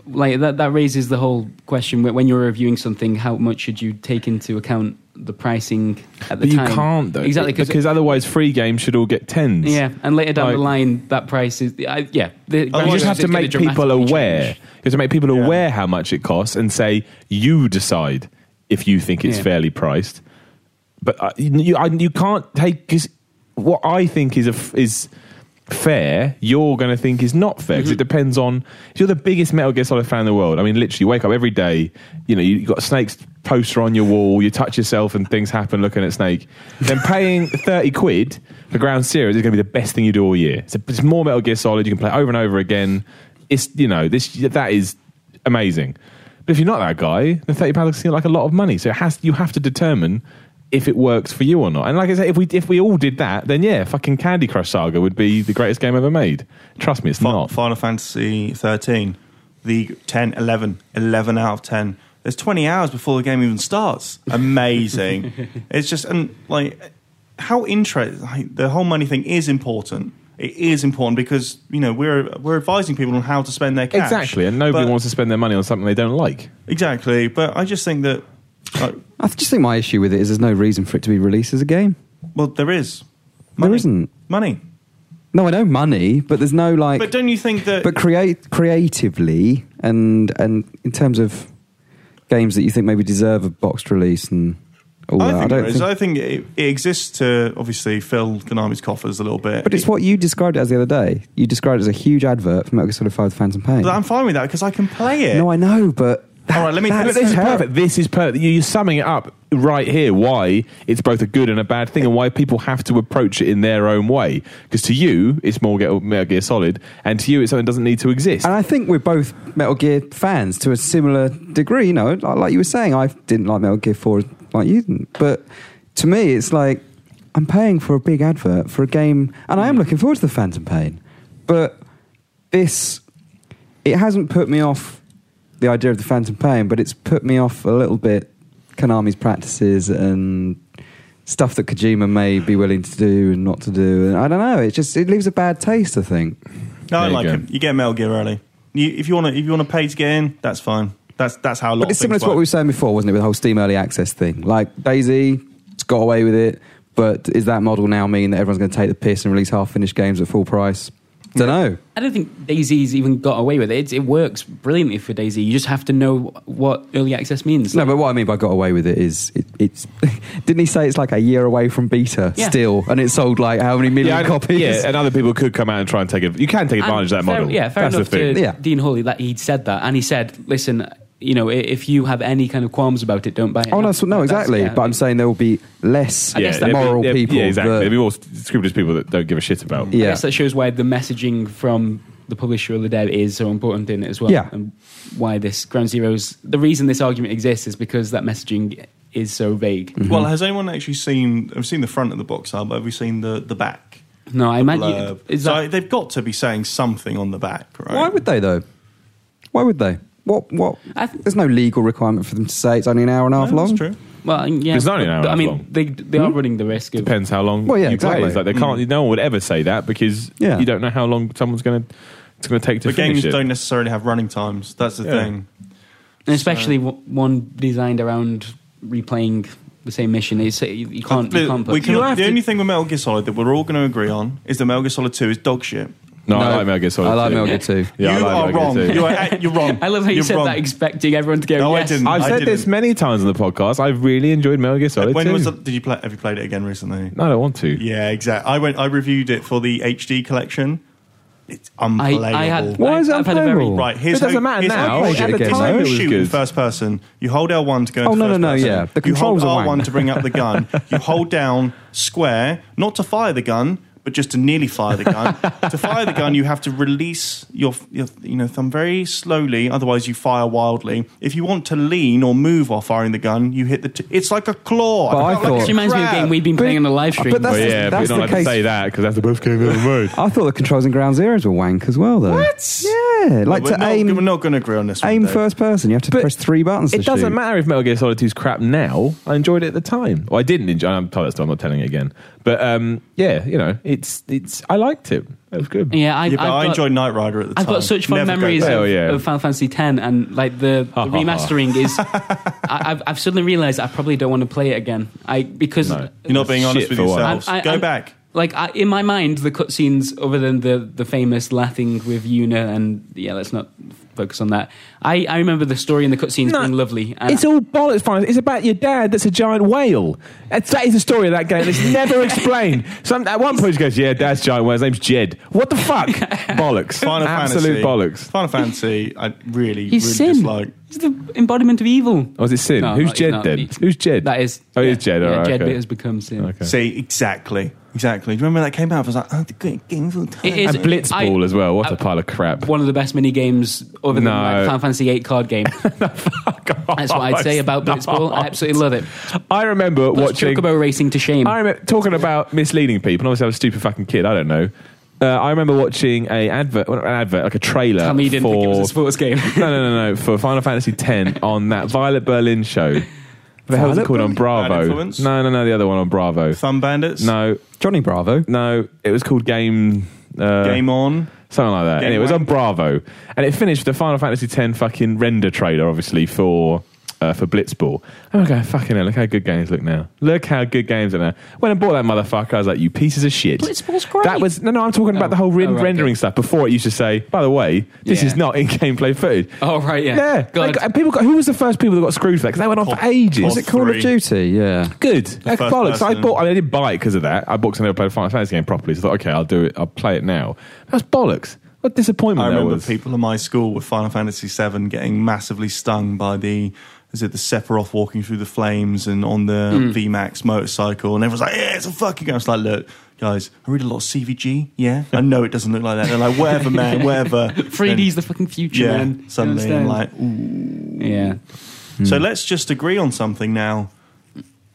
S3: like that. That raises the whole question wh- when you're reviewing something, how much should you take into account the pricing at the
S2: But you
S3: time?
S2: can't, though.
S3: exactly
S2: Because otherwise, free games should all get tens.
S3: yeah, and later down the
S2: Like- Oh,
S3: line, that price is I, yeah. The,
S2: You just have to
S3: it's gonna
S2: make people
S3: dramatically
S2: aware.
S3: change.
S2: You have to make people
S4: Yeah.
S2: aware how much it costs and say you decide if you think it's
S3: Yeah.
S2: fairly priced. But uh, you, I, you can't take because what I think is a f is fair. You're going to think is not fair 'cause it depends on if you're the biggest Metal Gear Solid fan in the world. I mean, literally, you wake up every day. You know, you, you've got a Snake's poster on your wall. You touch yourself and things happen looking at Snake. Then paying thirty quid for Ground Zeroes is going to be the best thing you do all year. It's, a, it's more Metal Gear Solid. You can play it over and over again. It's you know this that is amazing. But if you're not that guy, then thirty pounds looks like a lot of money. So it has you have to determine if it works for you or not. And like I said, if we if we all did that, then yeah, fucking Candy Crush Saga would be the greatest game ever made. Trust me, it's
S4: Fi-
S2: not.
S4: Final Fantasy 13, the 10, 11, 11 out of 10. There's 20 hours before the game even starts. Amazing. it's just, and like, how interesting, like, the whole money thing is important. It is important because, you know, we're, we're advising people on how to spend their cash.
S2: Exactly, and nobody
S4: But-
S2: wants to spend their money on something they don't like.
S4: Exactly. But I just think that, like,
S1: I just think my issue with it is there's no reason for it to be released as a game.
S4: well, there is.
S1: There isn't.
S4: Money.
S1: No, I know money, but there's no like.
S4: But don't you think that.
S1: but create creatively and and in terms of games that you think maybe deserve a boxed release and all that.
S4: I think,
S1: I
S4: there
S1: don't
S4: is.
S1: think.
S4: I think it, it exists to obviously fill Konami's coffers a little bit.
S1: but it's what you described it as the other day. You described it as a huge advert for Metal Gear Solid 5 The Phantom Pain.
S4: But I'm fine with that because I can play it.
S1: No, I know, but.
S4: All right, let me-
S1: that's
S4: But
S2: But this is
S1: terrible.
S2: perfect. This is perfect. You- You're summing it up right here. Why it's both a good and a bad thing, and why people have to approach it in their own way. Because to you, it's more Ge- Metal Gear Solid, and to you, it's something that doesn't need to exist.
S1: And I think we're both Metal Gear fans to a similar degree. You know, like, like you were saying, I didn't like Metal Gear Four like you didn't. But to me, it's like I'm paying for a big advert for a game, and I am looking forward to the Phantom Pain. But this, it hasn't put me off the idea of the Phantom Pain, but it's put me off a little bit Konami's practices and stuff that Kojima may be willing to do and not to do. And I don't know. It just it leaves a bad taste. I think.
S4: No, I
S2: There you
S4: like
S2: go.
S4: him. You get Metal Gear early. You, if you want to, if you want to pay to get in, that's fine. That's that's how a lot.
S1: But it's
S4: of
S1: similar
S4: things
S1: to what we were
S4: work.
S1: saying before, wasn't it, with the whole Steam Early Access thing? Like Daisy, it's got away with it, but is that model now mean that everyone's going to take the piss and release half finished games at full price? Don't know.
S3: I don't think Daisy's even got away with it. It, it works brilliantly for Daisy. You just have to know what early access means.
S1: No, but what I mean by got away with it is it, it's. didn't he say it's like a year away from beta
S3: Yeah.
S1: still, and it sold like how many million
S2: and-
S1: copies?
S2: yeah, and other people could come out and try and take it. You can take advantage of that
S3: And fair-
S2: model.
S3: yeah, fair
S2: That's
S3: enough
S2: the thing.
S3: to
S1: Yeah.
S3: Dean Hawley that he'd said that, and he said, "Listen, you know, i- if you have any kind of qualms about it, don't buy it."
S1: Oh no,
S3: now."
S1: so, no,
S3: That's-
S1: exactly.
S3: yeah,
S1: but I'm saying there will be less
S3: I guess that-
S2: there'd be-
S1: moral
S2: there'd-
S1: people.
S2: Yeah, exactly.
S1: that-
S2: There'd be more scrupulous people that don't give a shit about.
S3: I
S1: yeah.
S3: guess that shows why the messaging from the publisher or the dev is so important in it as well.
S1: Yeah.
S3: And why this Ground Zeroes, the reason this argument exists is because that messaging is so vague.
S1: Mm.
S4: Well,
S1: mm-hmm.
S4: has anyone actually seen? I've seen the front of the box art, but have we seen the the back?
S3: No, I imagine.
S4: blurb?
S3: Is
S4: so
S3: that,
S4: they've got to be saying something on the back, right?
S1: Why would they though? Why would they? What? What?
S3: I th-
S1: There's no legal requirement for them to say it's only an hour and a
S4: No,
S1: half
S4: that's
S1: long.
S4: true.
S3: well, yeah.
S2: It's not an hour
S3: but I mean,
S2: long.
S3: they, they
S1: Hmm?
S3: are running the risk of.
S2: Depends how long.
S1: Well, yeah,
S2: you play.
S1: exactly. Mm.
S2: It's like they can't. No one would ever say that because
S1: Yeah.
S2: you don't know how long someone's going to. It's going to take to
S4: But
S2: finish
S4: games
S2: it.
S4: don't necessarily have running times. That's the
S2: Yeah.
S4: thing.
S3: And especially w- one designed around replaying the same mission. It's, uh, you, you can't.
S4: But
S3: you can't put.
S4: we
S3: You
S4: cannot-
S3: have
S4: the
S3: to-
S4: only thing with Metal Gear Solid that we're all going to agree on is that Metal Gear Solid 2 is dog shit.
S2: No, I
S1: No,
S2: like Metal Gear Solid.
S1: I like
S2: too.
S1: Metal Gear too.
S2: Yeah, I
S4: you
S2: like
S4: are
S2: Metal
S4: wrong.
S2: Gear too.
S4: You are, you're wrong.
S3: I love how you
S4: You're
S3: said
S4: wrong.
S3: that, expecting everyone to go.
S4: No, I
S3: yes.
S4: didn't.
S2: I've
S4: I
S2: said this
S4: didn't.
S2: many times on the podcast. I've really enjoyed Metal Gear Solid.
S4: When
S2: too.
S4: was the, did you play? Have you played it again recently?
S2: No, I don't want to.
S4: Yeah, exactly. I went. I reviewed it for the HD collection. It's
S3: I,
S4: unplayable.
S3: I had.
S1: Why
S3: I,
S1: is it
S3: I've had a very-
S1: unplayable?
S4: Right, here's
S2: It doesn't
S4: how,
S2: matter
S4: here's
S2: now.
S4: How you
S1: I played
S4: at
S1: Oh, it
S4: the
S1: again,
S4: time
S1: though.
S4: you
S2: It was
S4: shoot in
S2: good.
S4: first person. You hold L1 to go. Into
S1: Oh, no,
S4: first
S1: no, no,
S4: person.
S1: yeah. The
S4: you hold
S1: controls are
S4: R1
S1: wank.
S4: to bring up the gun. You hold down square, not to fire the gun, but just to nearly fire the gun. to fire the gun, you have to release your, your you know thumb very slowly. Otherwise, you fire wildly. If you want to lean or move while firing the gun, you hit the. T- it's like a claw.
S1: But I
S4: felt like
S1: thought-
S3: This
S4: a
S3: reminds me of a
S4: crab.
S3: game we'd been
S1: But-
S3: playing on the live
S1: but
S3: stream.
S2: But
S1: that's-
S2: yeah, but
S1: that's
S2: you're not
S1: the
S2: allowed to
S1: case.
S2: say that because that's the best game ever made.
S1: I thought the controls in Ground Zeroes were wank as well, though.
S4: What?
S1: Yeah, like
S4: we're
S1: to
S4: not,
S1: aim
S4: We're not going to agree on this. one,
S1: aim
S4: Dave.
S1: first person, you have to
S2: But
S1: press three buttons.
S2: It
S1: to
S2: doesn't
S1: shoot.
S2: matter if Metal Gear Solid 2's crap now. I enjoyed it at the time. Well, I didn't enjoy. I'm tired. So I'm not telling it again. But um, yeah, you know, it's it's. I liked it. It was good.
S3: yeah, I,
S4: Yeah, but
S3: I've
S4: I
S3: got-
S4: enjoyed Knight Rider at the
S3: I've
S4: time.
S3: got such fond
S4: Never go
S3: memories
S4: back.
S2: Hell
S3: of,
S2: yeah.
S3: of Final Fantasy X, and like the, the
S2: Ha, ha, ha.
S3: remastering is. I, I've, I've suddenly realised I probably don't want to play it again. I because
S2: No.
S4: You're not being honest
S2: Shit
S4: with
S2: for once.
S4: yourselves.
S3: I'm- I-
S4: Go
S3: I'm-
S4: back.
S3: Like I, in my mind, the cutscenes, other than the the famous laughing with Yuna, and yeah, let's not focus on that. I, I remember the story and the cutscenes
S2: No.
S3: being lovely. And
S2: It's all bollocks, fine. It's about your dad that's a giant whale. That's, that is the story of that game. It's never explained. Some, at one point, he goes, Yeah, dad's giant whale. His name's Jed. What the fuck? bollocks.
S4: Final
S2: Absolute
S4: Fantasy.
S2: bollocks.
S4: Final Fantasy, I really,
S3: he's
S4: really
S3: sin.
S4: dislike.
S3: He's the embodiment of evil.
S2: Or is it Sin?
S3: No,
S2: Who's
S3: no,
S2: Jed
S3: no,
S2: then?
S3: he-
S2: Who's Jed?
S3: That is.
S2: Oh,
S3: yeah,
S2: he's Jed.
S3: Yeah,
S2: all right,
S3: Jed
S2: okay.
S3: has become sin.
S2: Okay.
S4: See, exactly. Exactly. Do you remember when that came out? I was like, oh, the great games all the time.
S3: It is-
S2: And Blitzball
S3: I-
S2: as well. What a
S3: I-
S2: pile of crap.
S3: One of the best mini games other than
S2: No.
S3: like Final Fantasy VIII card game. That's what I'd say about Blitzball. I absolutely love it.
S2: I remember
S3: Puts
S2: watching.
S3: Chocobo racing to shame.
S2: I remember talking about misleading people. and Obviously, I was a stupid fucking kid. I don't know. Uh, I remember watching a advert, well, not an advert, like a trailer
S3: Tell me you didn't
S2: for
S3: think it was a sports game.
S2: no, no, no, no, for Final Fantasy X on that Violet Berlin show. What the hell's
S1: Violet
S2: it called on
S4: Berlin? Bad
S2: Bravo?
S4: Influence?
S2: No, no, no, the other one on Bravo.
S4: Thumb Bandits?
S2: No,
S1: Johnny Bravo.
S2: no, it was called Game. Uh,
S4: Game On?
S2: Something like that.
S4: Game
S2: And it was on
S4: Wank.
S2: Bravo. And it finished with the Final Fantasy X fucking render trailer, obviously, for uh, for Blitzball. And I go, fucking hell, look how good games look now. Look how good games are now. When I bought that motherfucker, I was like, you pieces of shit.
S3: Blitzball's great.
S2: That was, no, no, I'm talking about
S3: Oh,
S2: the whole ren-
S3: oh, right,
S2: rendering
S3: good.
S2: stuff. Before it used to say, by the way, this
S3: Yeah.
S2: is not in gameplay footage.
S3: Oh, right, yeah.
S2: Yeah.
S3: God.
S2: They got- and people got, who was the first people that got screwed for that? Because they went on for
S4: Call-
S2: ages.
S4: Call
S1: Was it Call
S4: three.
S1: of Duty? Yeah.
S2: Good. Like
S4: first
S2: bollocks. I
S4: person.
S2: bought. I, mean, I didn't buy it because of that. I bought because I never played a Final Fantasy game properly. So I thought, okay, I'll do it. I'll play it now. That's bollocks. What disappointment
S4: I
S2: that
S4: remember
S2: was.
S4: people in my school with Final Fantasy VII getting massively stung by the. Is it the Sephiroth walking through the flames and on the
S2: Hmm.
S4: VMAX motorcycle? And everyone's like, yeah, it's a fucking game. I was like, look, guys, I read a lot of CVG. Yeah. I know it doesn't look like that. They're like, whatever, man, whatever.
S3: 3D's the fucking future,
S4: Yeah.
S3: man. You
S4: Suddenly, I'm
S3: understand?
S4: like,
S3: yeah.
S2: Hmm.
S4: So let's just agree on something now.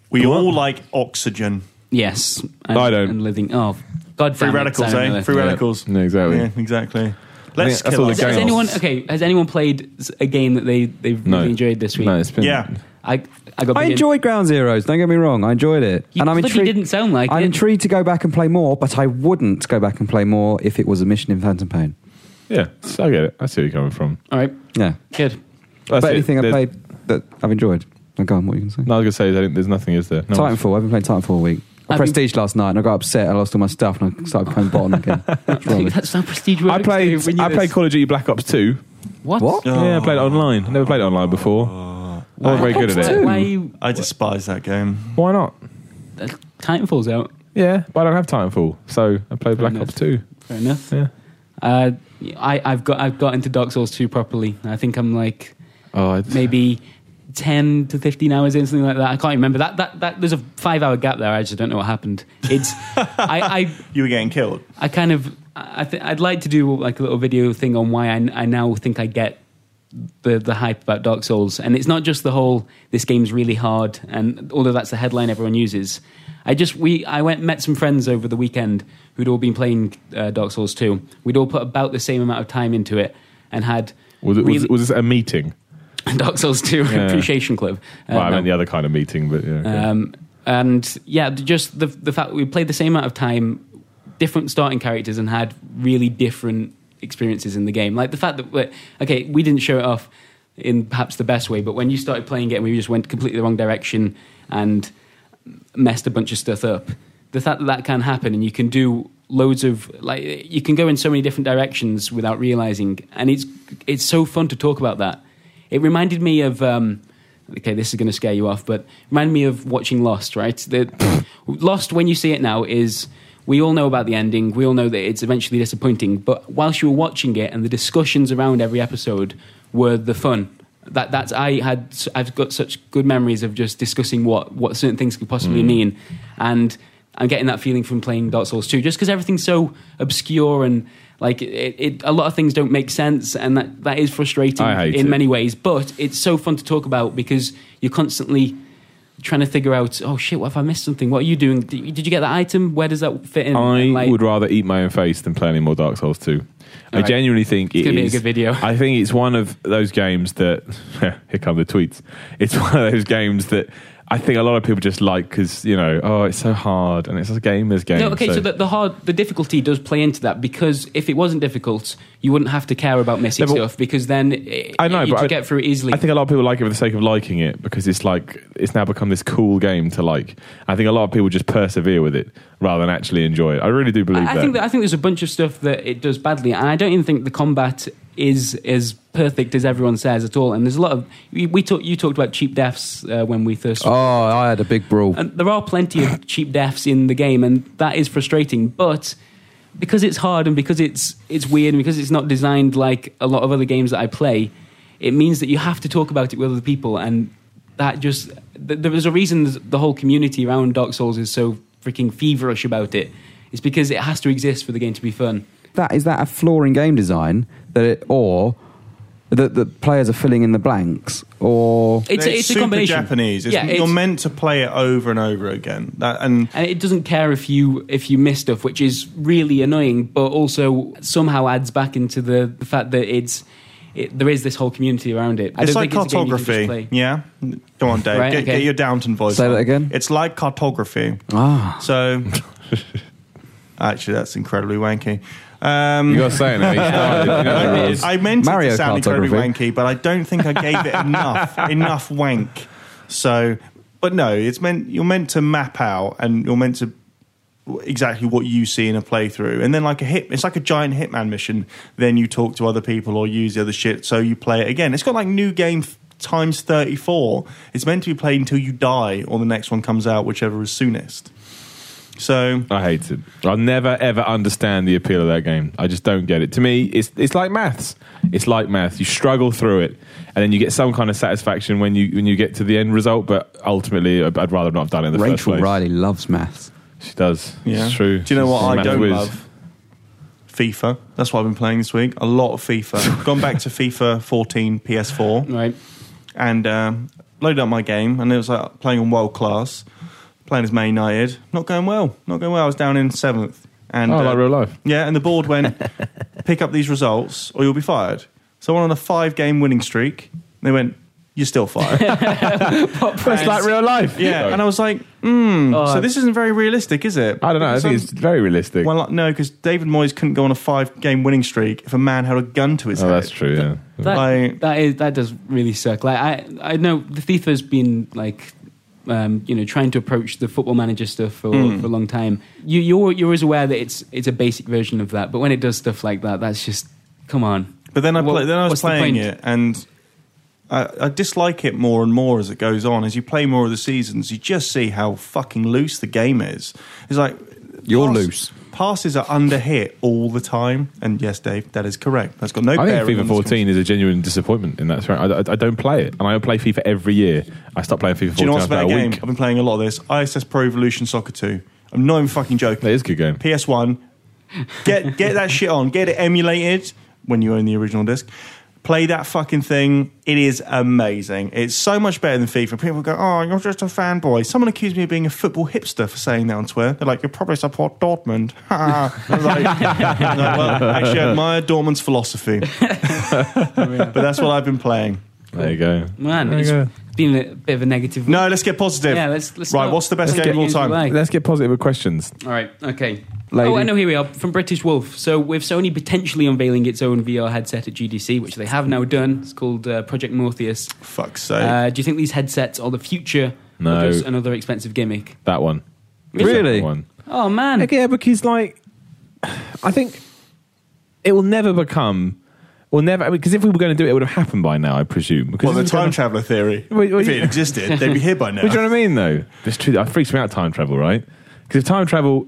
S4: We all like oxygen.
S3: Yes,
S2: No, I don't.
S3: And living. Oh, God,
S4: Free
S3: damn it,
S4: radicals,
S3: Simon
S4: eh?
S3: Miller.
S4: Free radicals.
S2: Yeah, exactly.
S4: Yeah, exactly. Let's
S2: that's
S4: kill
S2: all
S4: us.
S2: the Going
S3: Has
S2: off.
S3: anyone okay? Has anyone played s- a game that they they've
S2: No.
S3: really enjoyed this week?
S2: No, it's been.
S4: Yeah.
S3: I I got.
S1: I
S3: big in-
S1: enjoyed Ground Zeroes. Don't get me wrong, I enjoyed it,
S3: You
S1: and I'm
S3: bloody
S1: intrigued.
S3: didn't sound like
S1: I'm
S3: it.
S1: intrigued to go back and play more, but I wouldn't go back and play more if it was a mission in Phantom Pain.
S2: Yeah, so I get it. I see where you're coming from.
S3: All right,
S1: Yeah,
S3: good.
S2: That's
S1: but
S2: it.
S1: anything I
S2: There's-
S1: played that I've enjoyed. Oh, go on, what are you going to say?
S2: No, I was going to say, I think there's nothing, is there? No one's-
S1: Titanfall. I've been playing Titanfall all week. I
S3: I've
S1: prestige last night and I got upset. I lost all my stuff and I started playing bottom again. What's wrong
S3: Dude,
S1: with-
S3: that's how prestige works.
S2: I played.
S3: dude. We knew
S2: I played
S3: this.
S2: Call of Duty Black Ops Two.
S3: What?
S1: What?
S4: Oh.
S2: Yeah, I played it online. I never played it online before.
S4: Uh,
S2: I wasn't very good at
S3: Why-
S2: it.
S3: Why? are you-
S4: I despise that game.
S2: Why not?
S3: uh, Titanfall's out.
S2: Yeah, but I don't have Titanfall, so I played
S3: Fair
S2: Black
S3: enough.
S2: Ops Two.
S3: Fair enough.
S2: Yeah.
S3: Uh, I, I've got I've got into Dark Souls two properly. I think I'm like
S2: Oh, I,
S3: maybe ten to fifteen hours in something like that. I can't remember that that, that there's a five hour gap there. I just don't know what happened. It's I, I
S4: You were getting killed.
S3: I kind of I th- I'd like to do like a little video thing on why I, I now think I get the the hype about Dark Souls, and it's not just the whole this game's really hard, and although that's the headline everyone uses, I just we I went met some friends over the weekend who'd all been playing uh, Dark Souls two. We'd all put about the same amount of time into it, and had.
S2: was, it, was,
S3: really-
S2: was this a meeting?
S3: Dark Souls 2
S2: Yeah.
S3: Appreciation Club. Uh,
S2: Well, I meant
S3: no.
S2: the other kind of meeting, but yeah. okay.
S3: Um, and yeah, just the the fact that we played the same amount of time, different starting characters, and had really different experiences in the game. Like the fact that we're- okay, we didn't show it off in perhaps the best way, but when you started playing it, and we just went completely the wrong direction and messed a bunch of stuff up. The fact that that can happen, and you can do loads of like you can go in so many different directions without realizing, and it's it's so fun to talk about that. It reminded me of um, okay, this is going to scare you off, but reminded me of watching Lost. Right, the, Lost when you see it now is we all know about the ending. We all know that it's eventually disappointing. But whilst you were watching it, and the discussions around every episode were the fun. That that's I had I've got such good memories of just discussing what what certain things could possibly
S2: Mm.
S3: mean, and I'm getting that feeling from playing Dark Souls 2, just because everything's so obscure and like it, it, a lot of things don't make sense, and that that is frustrating
S2: I hate
S3: in
S2: it.
S3: many ways. But it's so fun to talk about because you're constantly trying to figure out, oh shit, what if I missed something? What are you doing? Did you, did you get that item? Where does that fit in?
S2: I
S3: And, like,
S2: would rather eat my own face than play any more Dark Souls 2. I
S3: Alright.
S2: genuinely think
S3: It's
S2: it
S3: gonna be a
S2: is-
S3: good video.
S2: I think it's one of those games that here come the tweets. It's one of those games that I think a lot of people just like because you know, oh, it's so hard and it's a gamer's game.
S3: No, okay, so, the, the hard, the difficulty does play into that because if it wasn't difficult, you wouldn't have to care about missing
S2: Yeah, but-
S3: stuff because then it,
S2: I know,
S3: you
S2: but
S3: could
S2: I-
S3: get through it easily.
S2: I think a lot of people like it for the sake of liking it because it's like it's now become this cool game to like. I think a lot of people just persevere with it rather than actually enjoy it. I really do believe
S3: I, I
S2: that.
S3: think that I think there's a bunch of stuff that it does badly, and I don't even think the combat is as perfect as everyone says at all. And there's a lot of we, we talk, you talked about cheap deaths uh, when we first.
S1: Oh, I had a big brawl.
S3: And there are plenty of cheap deaths in the game, and that is frustrating. But because it's hard and because it's it's weird and because it's not designed like a lot of other games that I play, it means that you have to talk about it with other people, and that just th- there is a reason th- the whole community around Dark Souls is so freaking feverish about it. It's because it has to exist for the game to be fun.
S1: That is that a flaw in game design that it, or that the players are filling in the blanks, or
S3: It's, a- it's a
S4: super
S3: combination.
S4: Japanese. It's,
S3: yeah,
S4: you're
S3: it's-
S4: meant to play it over and over again. That, and
S3: and it doesn't care if you if you miss stuff, which is really annoying, but also somehow adds back into the, the fact that it's it, there is this whole community around it. I
S4: it's
S3: don't
S4: like
S3: think a game you can just play.
S4: cartography. yeah. Go on, Dave.
S3: Right,
S4: get,
S3: okay.
S4: get your Downton voice.
S1: Say that
S4: on.
S1: again?
S4: It's like cartography.
S3: Oh.
S1: ah,
S4: So, actually, that's incredibly wanky. Um,
S2: you're saying it. when you started, you know,
S4: I,
S2: it
S4: mean,
S2: was-
S4: I meant it
S1: Mario
S4: to sound incredibly
S1: cartography.
S4: wanky, but I don't think I gave it enough enough wank. So, but no, it's meant you're meant to map out and you're meant to exactly what you see in a playthrough, and then like a hit, it's like a giant hitman mission. Then you talk to other people or use the other shit, so you play it again. It's got like new game. f- Times 34. It's meant to be played until you die or the next one comes out, whichever is soonest. So,
S2: I hate it. I'll never ever understand the appeal of that game. I just don't get it. To me, it's it's like maths. It's like maths. You struggle through it, and then you get some kind of satisfaction when you when you get to the end result. But ultimately, I'd I'd rather not have done it in the first
S1: Rachel
S2: place.
S1: Riley loves maths.
S2: She does.
S4: Yeah.
S2: It's true.
S4: Do you know
S2: She's
S4: what
S2: a
S4: I
S2: maths
S4: don't
S2: whiz.
S4: love? FIFA. That's what I've been playing this week. A lot of FIFA. Gone back to FIFA 14 PS4
S3: Right.
S4: and um, loaded up my game, and it was like playing on world class. playing as May United. Not going well. Not going well. I was down in seventh. And
S2: oh,
S4: uh,
S2: like real life.
S4: yeah, and the board went, pick up these results or you'll be fired. So I went on a five game winning streak. And they went, you're still fired.
S2: That's like real life.
S4: yeah. And I was like, "Hmm,
S3: Oh,
S4: so this isn't very realistic, is it?
S2: I don't know. I think
S4: Some-
S2: it's very realistic.
S4: well, no, because David Moyes couldn't go on a five game winning streak if a man had a gun to his
S2: oh,
S4: head.
S2: that's true. Yeah.
S3: that,
S4: Like-
S3: that is that does really suck. Like I I know the FIFA has been like um, you know trying to approach the football manager stuff for,
S4: Hmm.
S3: for a long time. You you're you're always aware that it's it's a basic version of that, but when it does stuff like that, that's just come on.
S4: But then I
S3: What-
S4: play, then I was
S3: what's the
S4: playing
S3: point?
S4: it, and I, I dislike it more and more as it goes on. As you play more of the seasons, you just see how fucking loose the game is. It's like
S1: You're loose.
S4: Passes are under hit all the time, and yes, Dave, that is correct. That's got no.
S2: I think
S4: bearing
S2: FIFA
S4: on this
S2: 14 is a genuine disappointment in that. I, I, I don't play it, and I play FIFA every year. I stop playing FIFA 14
S4: Do you know what's a
S2: after
S4: better
S2: about a
S4: game?
S2: week.
S4: I've been playing a lot of this. ISS Pro Evolution Soccer 2. I'm not even fucking joking.
S2: That is a good game.
S4: PS1. Get get that shit on. Get it emulated when you own the original disc. Play that fucking thing. It is amazing. It's so much better than FIFA. People go, "Oh, you're just a fanboy." Someone accused me of being a football hipster for saying that on Twitter. They're like, "You probably support Dortmund." I was like, I'm like, well, actually, I admire Dortmund's philosophy, but that's what I've been playing.
S2: There you go.
S3: Man,
S2: There you
S3: it's
S2: go.
S3: been a bit of a negative.
S4: No, let's get positive.
S3: Yeah, let's- let's
S4: right.
S3: not-
S4: What's the best
S3: let's
S4: game of all
S3: get
S4: time?
S3: into like-
S2: Let's get positive with questions.
S3: All right. Okay.
S1: Lady.
S3: Oh, I know. Here we are from British Wolf. So, with Sony potentially unveiling its own VR headset at GDC, which they have now done, it's called uh, Project Morpheus.
S4: Fuck's sake.
S3: Uh, do you think these headsets are the future?
S2: No.
S3: Or just another expensive gimmick.
S2: That one.
S1: Really?
S2: The second One.
S3: Oh man.
S2: Yeah, because like, I think it will never become. Will never because if we were going to do it, it would have happened by now, I presume. Because
S4: well, the
S2: it's
S4: time
S2: gonna-
S4: traveler theory.
S2: Wait, wait,
S4: if it
S2: you-
S4: existed, they'd be here by now.
S2: But do you know what I mean, though? It's true. That freaks me out. Time travel, right? Because if time travel
S4: No,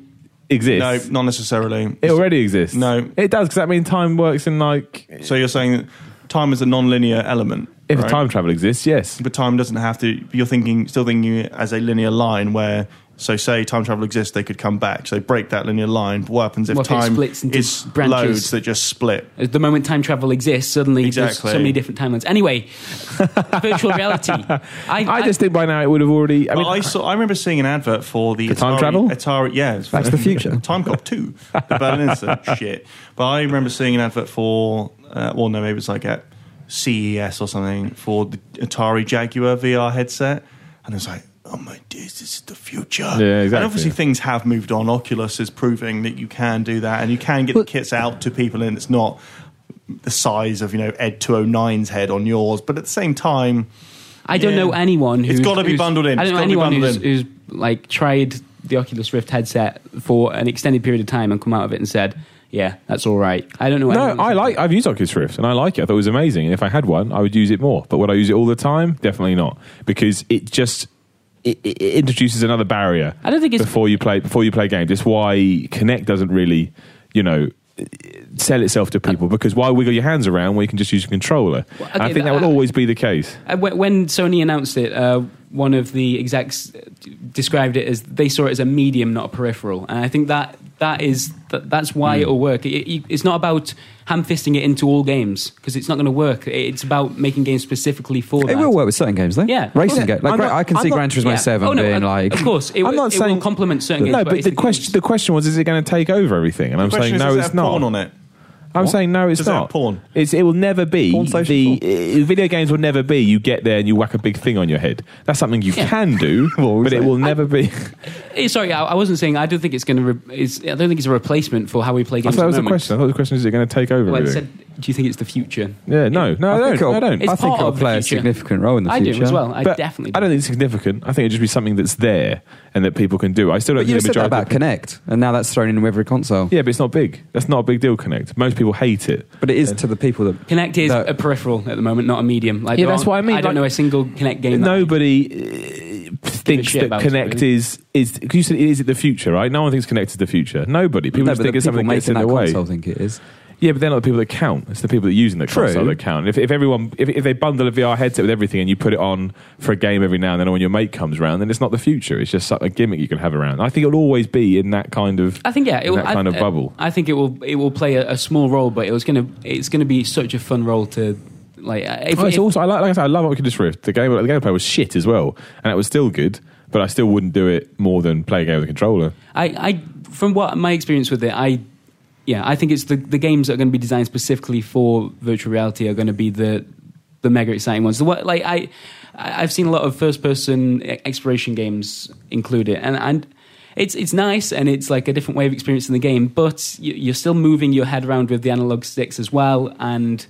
S2: exists,
S4: not necessarily.
S2: it already exists.
S4: No.
S2: it does. Because that means time works in like
S4: So you're saying that time is a non-linear element.
S2: if
S4: right?
S2: time travel exists, yes.
S4: but time doesn't have to. You're thinking, still thinking it as a linear line where. So say time travel exists, they could come back. So they break that linear line. But what happens if
S3: What if it
S4: time
S3: splits into
S4: is
S3: branches?
S4: loads that just split?
S3: At the moment time travel exists, suddenly
S4: Exactly.
S3: there's so many different timelines. Anyway, virtual reality. I,
S2: I just think by now it would have already. I
S4: But I,
S2: mean,
S4: saw. I remember seeing an advert for the
S2: For time
S4: Atari-
S2: travel?
S4: Atari, yeah, it's
S1: Back to the future.
S4: Time Cop Two, the Berlin Incident. Shit. But I remember seeing an advert for. Uh, well, no, maybe it's like at CES or something for the Atari Jaguar VR headset, and it's like. Oh my days! This is the future.
S2: exactly.
S4: And obviously, things have moved on. Oculus is proving that you can do that, and you can get the
S1: Well-
S4: kits out to people, and it's not the size of you know Ed 209's head on yours. But at the same time,
S3: I don't
S4: Yeah.
S3: know anyone who's
S4: It's gotta be
S3: who's-
S4: bundled in.
S3: I
S4: It's
S3: don't know
S4: gotta be
S3: anyone who's,
S4: bundled in.
S3: who's like tried the Oculus Rift headset for an extended period of time and come out of it and said, "Yeah, that's all right." I don't
S2: no,
S3: know. anyone who's
S2: I like. I've used Oculus Rift and I like it. I thought it was amazing. And if I had one, I would use it more. But would I use it all the time? Definitely not, because it just it, it it introduces another barrier.
S3: I don't think it's-
S2: before you play before you play games. It's why Connect doesn't really, you know. Sell itself to people because why wiggle your hands around when you can just use your controller?
S3: Well,
S2: and I
S3: okay,
S2: think that
S3: that-
S2: will always be the case.
S3: Uh, wh- When Sony announced it, uh, one of the execs uh, d- described it as they saw it as a medium, not a peripheral, and I think that that is that, that's why it'll work. It, it, it's not about ham-fisting it into all games because it's not going to work. It- It's about making games specifically for that.
S1: It will work with certain games, though.
S3: Yeah.
S1: racing
S3: Yeah.
S1: games. Like
S2: I'm
S1: gra-
S2: not-
S1: I can
S2: I'm
S1: see
S2: not-
S1: Gran Turismo
S3: Yeah.
S1: Seven
S3: Oh, no,
S1: being
S3: uh,
S1: like,
S3: of course, it,
S2: I'm
S3: will-
S2: not
S3: it will
S2: saying-
S3: complement certain games.
S2: No, but
S3: it's
S2: the question the question was, is it going to take over everything? And I'm
S4: question
S2: saying
S4: is,
S2: no,
S4: does it
S2: it's
S4: have
S2: not.
S4: porn on it?
S2: I'm saying no, it's
S4: Does it have
S2: not
S4: porn?
S2: It's it will never be
S1: Porn social
S2: the uh, video games will never be. You get there and you whack a big thing on your head. That's something you
S3: Yeah.
S2: can do,
S1: Well,
S2: but it will never be.
S3: Eh, Sorry, I, I wasn't saying. I don't think it's going to. Re- it's- I don't think it's a replacement for how we play
S2: I
S3: games.
S2: thought that
S3: at
S2: was
S3: the
S2: the
S3: moment.
S2: question. I thought the question is, it going to take over?
S3: Well, it
S2: everything?
S3: said, do you think it's the future?
S2: yeah, no, no, I,
S1: think
S2: don't. I
S1: it'll-
S2: don't.
S3: It's
S1: I think
S3: part
S1: it'll
S3: of the
S1: play a
S3: future.
S1: significant role in the
S3: I
S1: future.
S3: do as well. I
S2: But
S3: definitely.
S2: I don't think it's significant. I think it just be something that's there and that people can do. I still don't
S1: But you
S2: think the
S1: said that
S2: majority.
S1: about Connect, and now that's thrown in with every console.
S2: yeah, but it's not big. That's not a big deal. Connect. Most people hate it.
S1: But it is to the people that
S3: Connect is
S1: that-
S3: a peripheral at the moment, not a medium. Like,
S2: Yeah,
S3: there
S2: that's
S3: aren't-
S2: what I mean,
S3: I don't
S2: like-
S3: know a single Connect game. that-
S2: Nobody uh, thinks
S3: shit
S2: that
S3: about it,
S2: Connect
S3: really.
S2: is is. Cause you said, is it the future? Right? No one thinks Connect is the future. Nobody. People
S1: no,
S2: just
S1: but
S2: think
S1: the
S2: it's
S1: people
S2: something that gets
S1: making
S2: in
S1: that
S2: the way.
S1: console think it is.
S2: Yeah, but they're not the people that count. It's the people that are using the
S1: True.
S2: console that count. If, if everyone, if, if they bundle a VR headset with everything and you put it on for a game every now and then, or when your mate comes round, then it's not the future. It's just a gimmick you can have around. I think it'll always be in that kind of.
S3: I think yeah,
S2: in
S3: it will, uh,
S2: that kind
S3: I,
S2: of bubble.
S3: I think it will it will play a, a small role, but it was gonna it's gonna be such a fun role to like. uh, If,
S2: Oh, it's
S3: if-
S2: also, I like, like I said, I love Oculus Rift. The game, the gameplay was shit as well, and it was still good. but I still wouldn't do it more than play a game with a controller.
S3: I, I from what my experience with it, I yeah, I think it's the, the games that are going to be designed specifically for virtual reality are going to be the the mega exciting ones. The what like I I- I've seen a lot of first person e, exploration games include it, and and it's it's nice and it's like a different way of experiencing the game, but you- you're still moving your head around with the analog sticks as well, and